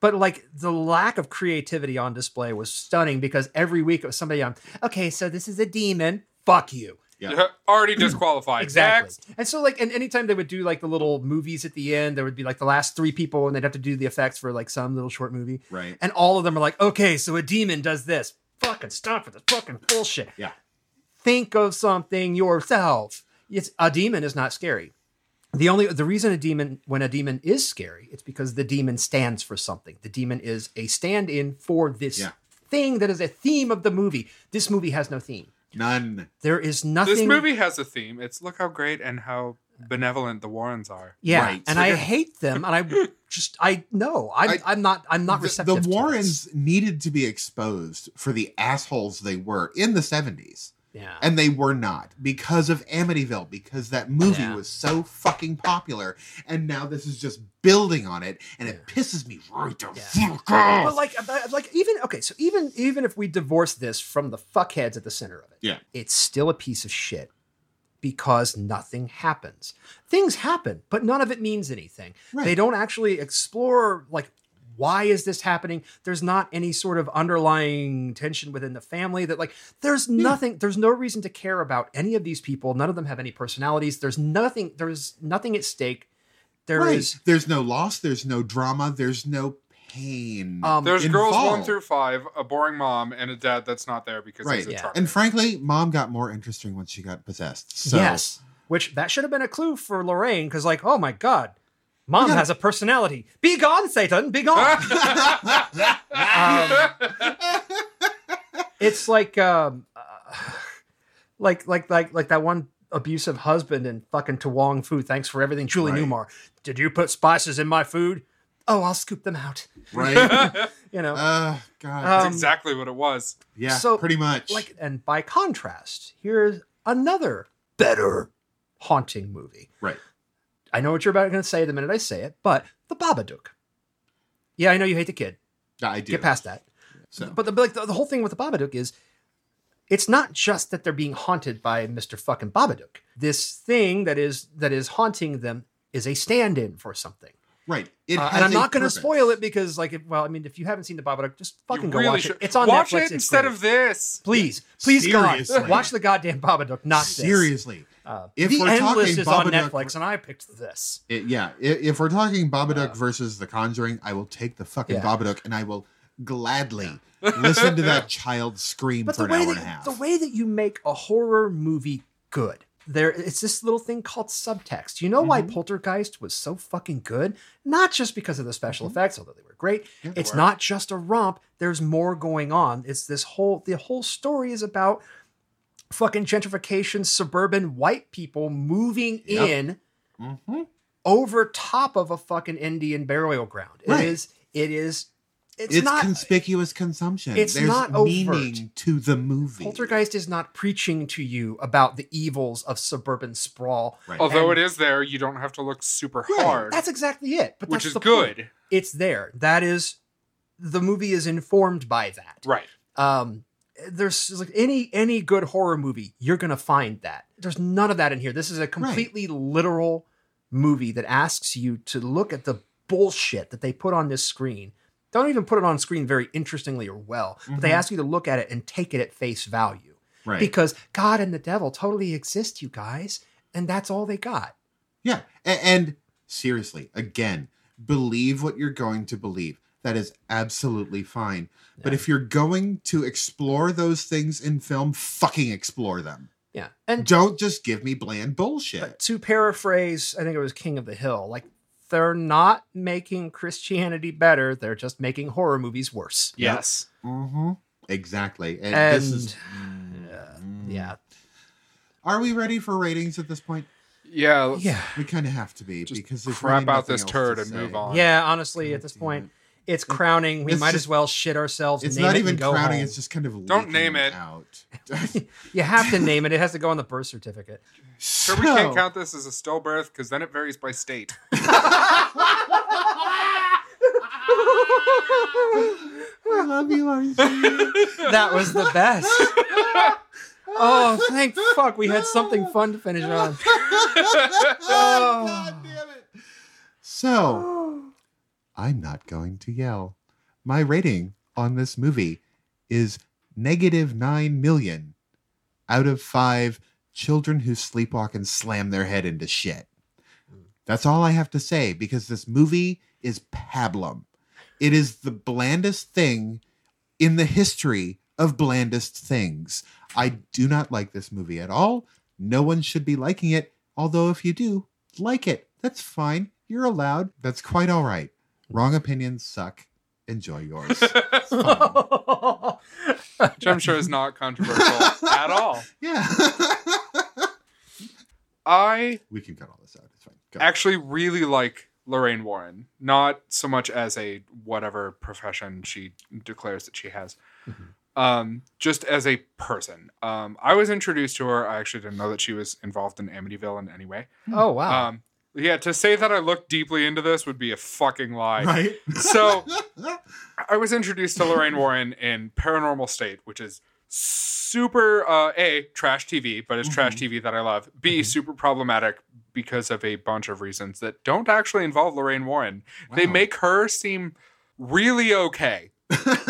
But like the lack of creativity on display was stunning because every week it was somebody on. Okay, so this is a demon. Fuck you.
Yeah.
Already disqualified.
Exactly.
Next.
And so, like, and anytime they would do like the little movies at the end, there would be like the last three people, and they'd have to do the effects for like some little short movie.
Right.
And all of them are like, okay, so a demon does this. Fucking stop with this fucking bullshit.
Yeah.
Think of something yourself. It's a demon is not scary. The only the reason a demon when a demon is scary, it's because the demon stands for something. The demon is a stand-in for this
Yeah.
thing that is a theme of the movie. This movie has no theme.
None.
There is nothing.
This movie has a theme. It's look how great and how benevolent the Warrens are.
yeah,
Right.
and I hate them, and I just I no, I'm,
I-
I, am not I'm not
The,
receptive.
the
to this.
Warrens needed to be exposed for the assholes they were in the 70s.
yeah,
And they were not because of Amityville, because that movie
Yeah.
was so fucking popular. And now this is just building on it, and it pisses me right the
Yeah.
fuck off.
But like, but like even okay, so even even if we divorce this from the fuckheads at the center of it,
Yeah.
it's still a piece of shit because nothing happens. Things happen, but none of it means anything.
Right.
They don't actually explore like why is this happening? There's not any sort of underlying tension within the family that like there's nothing there's no reason to care about any of these people. None of them have any personalities. There's nothing there's nothing at stake. There is
Right. There's no loss. There's no drama. There's no pain.
um
There's girls one
involved.
through five, a boring mom, and a dad that's not there because
Right,
he's a
yeah.
trucker.
and frankly, mom got more interesting once she got possessed. So
Yes. Which that should have been a clue for Lorraine because, like, oh my God, mom
gotta-
has a personality. Be gone, Satan. Be gone. Um, it's like, um, uh, like, like, like, like that one abusive husband in fucking Tawong Fu. Thanks for everything, Julie
Right.
Newmar. Did you put spices in my food? Oh, I'll scoop them out.
right.
You know,
Uh, God.
Um,
That's exactly what it was.
yeah.
so,
pretty much.
like, and by contrast, here's another better haunting movie.
right.
I know what you're about going to say the minute I say it, but the Babadook. Yeah, I know you hate the kid.
I do.
Get past that.
so.
But the, like the, the whole thing with the Babadook is, it's not just that they're being haunted by Mister Fucking Babadook. This thing that is that is haunting them is a stand-in for something.
right. It
Uh,
has
and I'm
a
not going to
purpose.
spoil it because, like, if, well, I mean, if you haven't seen the Babadook, just fucking
You
go
really
watch
should-
it. It's on
watch
Netflix.
it
it's
instead
great.
of this.
please, please, God,
Seriously.
watch the goddamn Babadook, not this.
Seriously.
Uh,
If
the
we're
End
talking
List is on
Babadook-
Netflix, and I picked this.
It- yeah. i- If, we're talking Babadook
Uh,
versus The Conjuring, I will take the fucking
Yeah.
Babadook and I will gladly listen to
Yeah.
that child scream
but
for
the way
an hour
that
and a half.
the way that you make a horror movie good there it's this little thing called subtext you know why
Mhm.
poltergeist was so fucking good not just because of the special
Mhm.
effects although they were great
Yeah, they
it's
were.
not just a romp there's more going on it's this whole the whole story is about fucking gentrification suburban white people moving
Yep.
in
Mhm.
over top of a fucking indian burial ground It is.
Right.
it is it's,
It's,
not
conspicuous consumption.
it's
There's
not overt.
meaning to the movie.
Poltergeist is not preaching to you about the evils of suburban sprawl.
Right.
Although
And-
it is there, you don't have to look super
Right,
hard,
That's exactly it. But
which
that's
is
the
good.
point. It's there. That is the movie is informed by that.
Right.
Um, there's like any any good horror movie, you're gonna find that. There's none of that in here. This is a completely literal movie that asks you to look at the bullshit that they put on this screen. Don't even put it on screen very interestingly or well, but
Mm-hmm.
they
Mhm.
ask you to look at it and take it at face value
right.
because God and the devil totally exist, you guys, and that's all they got.
Yeah. a- And, seriously, again, believe what you're going to believe. That is absolutely fine. But
Yeah.
if you're going to explore those things in film, fucking explore them.
Yeah, and
Don't just give me bland
but
bullshit.
to paraphrase, I think it was King of the Hill, like they're not making Christianity better; they're just making horror movies worse.
Yep.
Yes.
hmm Exactly. And, this is.
uh,
Mm.
yeah,
Are we ready for ratings at this point?
Yeah. let's
yeah,
We kind of have to be
Just
because there's
crap
really
out
nothing
this
else
turd
to
and
say.
move on.
yeah. Honestly, at this
Damn
point,
it.
it's crowning. We
It's
might
just-
as well shit ourselves.
It's
name
not
it
even
and go
crowning.
home.
It's just kind of
Don't name
leaking
it.
out.
you have to name it. It has to go on the birth certificate.
Sure, we can't count this as a stillbirth because then it varies by state.
I love you, RC.
That was the best. Oh, thank fuck, we had something fun to finish on.
God damn it. Oh. So, I'm not going to yell. My rating on this movie is negative 9 million out of 5 children who sleepwalk and slam their head into shit. That's all I have to say because this movie is pablum. It is the blandest thing in the history of blandest things. I do not like this movie at all. No one should be liking it, although if you do, like it. That's fine. You're allowed. That's quite all right. Wrong opinions suck. Enjoy yours. Fine.
Oh,
Which I'm sure is not controversial at all.
yeah.
I
we can cut all this out. It's fine. Go.
actually really like Lorraine Warren, not so much as a whatever profession she declares that she has,
Mhm.
um, just as a person. Um, I was introduced to her. I actually didn't know that she was involved in Amityville in any way.
oh wow.
Um, yeah, to say that I looked deeply into this would be a fucking lie.
right.
So I was introduced to Lorraine Warren in Paranormal State, which is super uh, a trash TV, but it's
Mm-hmm.
trash TV that I love. B
Mhm.
super problematic because of a bunch of reasons that don't actually involve Lorraine Warren. They
Wow.
make her seem really okay.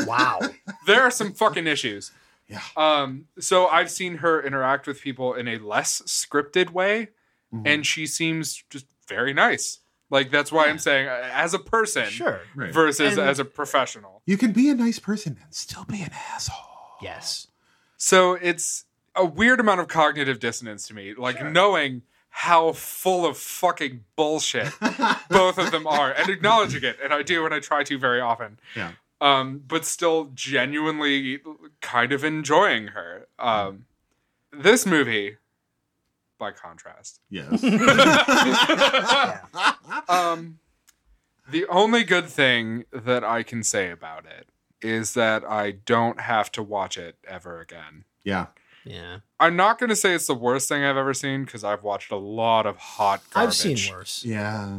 wow.
There are some fucking issues.
Yeah.
Um, so I've seen her interact with people in a less scripted way,
Mhm.
Mm-hmm.
and she seems just very nice. Like that's why I'm saying uh, as a person
Sure.
Right.
versus
And-
as a professional.
you can be a nice person and still be an asshole.
Yes.
So it's a weird amount of cognitive dissonance to me, like knowing how full of fucking bullshit both of them are and acknowledging it. And I do, and I try to very often.
Yeah.
Um, but still genuinely kind of enjoying her. Um, this movie, by contrast,
Yes.
um, the only good thing that I can say about it is that I don't have to watch it ever again.
yeah.
Yeah.
I'm not going to say it's the worst thing I've ever seen because I've watched a lot of hot garbage.
I've seen worse.
Yeah.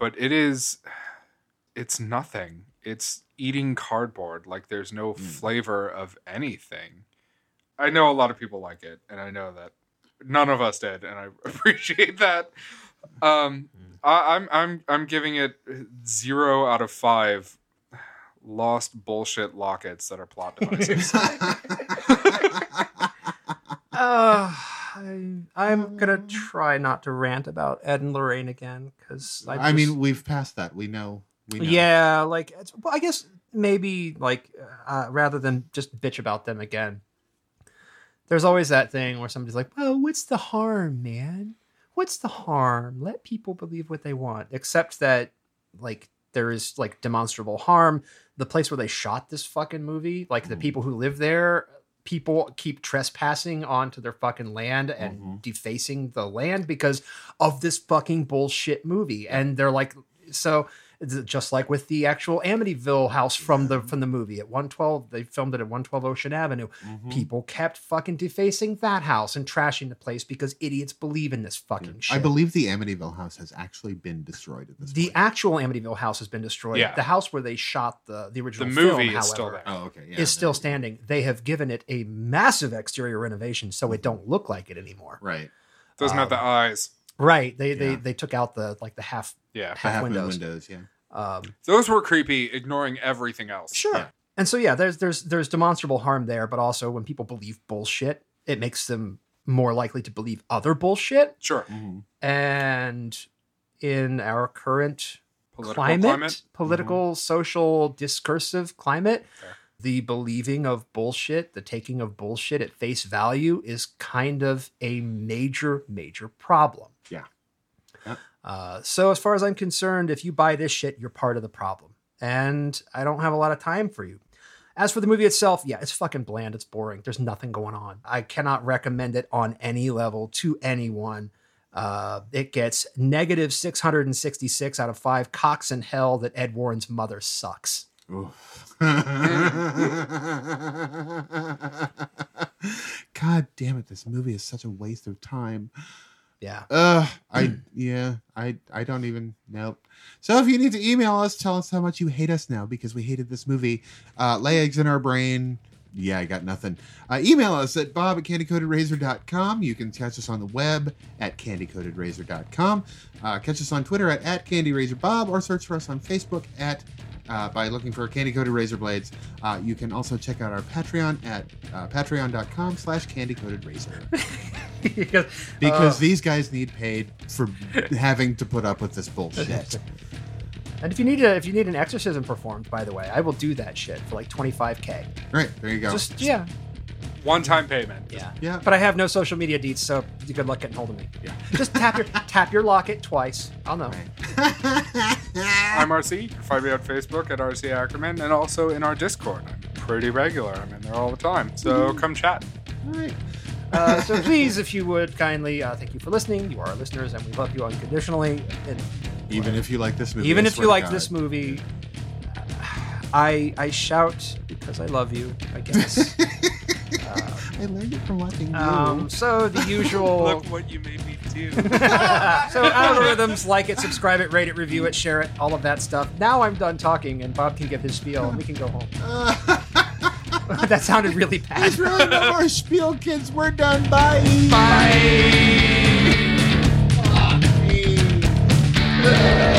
But it is, it's nothing. It's eating cardboard. Like there's no
Hmm.
Mm.
flavor of anything. I know a lot of people like it, and I know that none of us did, and I appreciate that. Um,
Mm.
I, I'm I'm I'm giving it zero out of five. Lost bullshit lockets that are plot devices.
Uh, I, I'm gonna try not to rant about Ed and Lorraine again because I,
I
just-
mean, we've passed that. We know. We know.
yeah, like it's, well, I guess maybe like uh, rather than just bitch about them again, there's always that thing where somebody's like, "Well, what's the harm, man? What's the harm? Let people believe what they want." Except that like there is like demonstrable harm. The place where they shot this fucking movie, like the
Mhm.
people who live there. People keep trespassing onto their fucking land and
Mhm.
defacing the land because of this fucking bullshit movie. And they're like, so it's just like with the actual Amityville house from the from the movie at 112 they filmed it at 112 Ocean Avenue
Mhm.
people kept fucking defacing that house and trashing the place because idiots believe in this fucking shit
I believe the Amityville house has actually been destroyed at this
the
point.
actual Amityville house has been destroyed
Yeah.
the house where they shot the the original
The
film,
movie
however,
is still there.
Oh, okay. Yeah,
is still
there-
standing they have given it a massive exterior renovation so it don't look like it anymore
Right.
Doesn't have the
Um,
eyes.
right they they
Yeah.
they took out the like the half
Yeah.
half,
The half moon
windows,
windows. Yeah.
Um,
Those were creepy, ignoring everything else.
Sure.
Yeah.
And so yeah, there's there's there's demonstrable harm there, but also when people believe bullshit, it makes them more likely to believe other bullshit.
Sure.
Mhm.
And in our current
Political
climate,
climate.
political, social, discursive climate,
Fair.
the believing of bullshit, the taking of bullshit at face value is kind of a major, major problem.
Yeah. Yeah.
Uh, so, as far as I'm concerned, if you buy this shit, you're part of the problem. And I don't have a lot of time for you. As for the movie itself, yeah, it's fucking bland. It's boring. There's nothing going on. I cannot recommend it on any level to anyone. Uh, it gets negative 666 out of five cocks in hell that Ed Warren's mother sucks.
Oof. God damn it! This movie is such a waste of time.
Yeah.
Uh, I yeah, I I don't even know. So if you need to email us, tell us how much you hate us now because we hated this movie. Uh, lay eggs in our brain. Yeah, I got nothing. Uh, email us at bob at candycoatedrazor.com. You can catch us on the web at candycoatedrazor.com. Uh, catch us on Twitter at, at candyrazorbob or search for us on Facebook at uh, by looking for Candy Coated Razor Blades. Uh, you can also check out our Patreon at uh, patreon.com slash candycoatedrazor because
Uh,
these guys need paid for having to put up with this bullshit.
and if you need a, if you need an exorcism performed, by the way, I will do that shit for like 25k.
Right there you go.
Just yeah,
One time payment.
Yeah.
Oh. Yeah.
But I have no social media deets, so good luck getting hold of me. Yeah. Just tap your tap your locket twice. I'll know.
I'm RC. You can find me on Facebook at RC Ackerman and also in our Discord. I'm pretty regular. I'm in there all the time. So come chat.
All right.
Uh, so please, if you would kindly, uh, thank you for listening. You are our listeners, and we love you unconditionally. And
Even if you like this movie.
even
I
if
swear
you
to
like
God.
this movie, I I shout because I love you. I guess.
I learned it from watching you.
um, so the usual.
Look what you made me do.
so algorithms like it, subscribe it, rate it, review it, share it, all of that stuff. Now I'm done talking, and Bob can give his spiel, and we can go home. that sounded really bad.
There's really no more spiel, kids. We're done. Bye.
Bye.
Bye.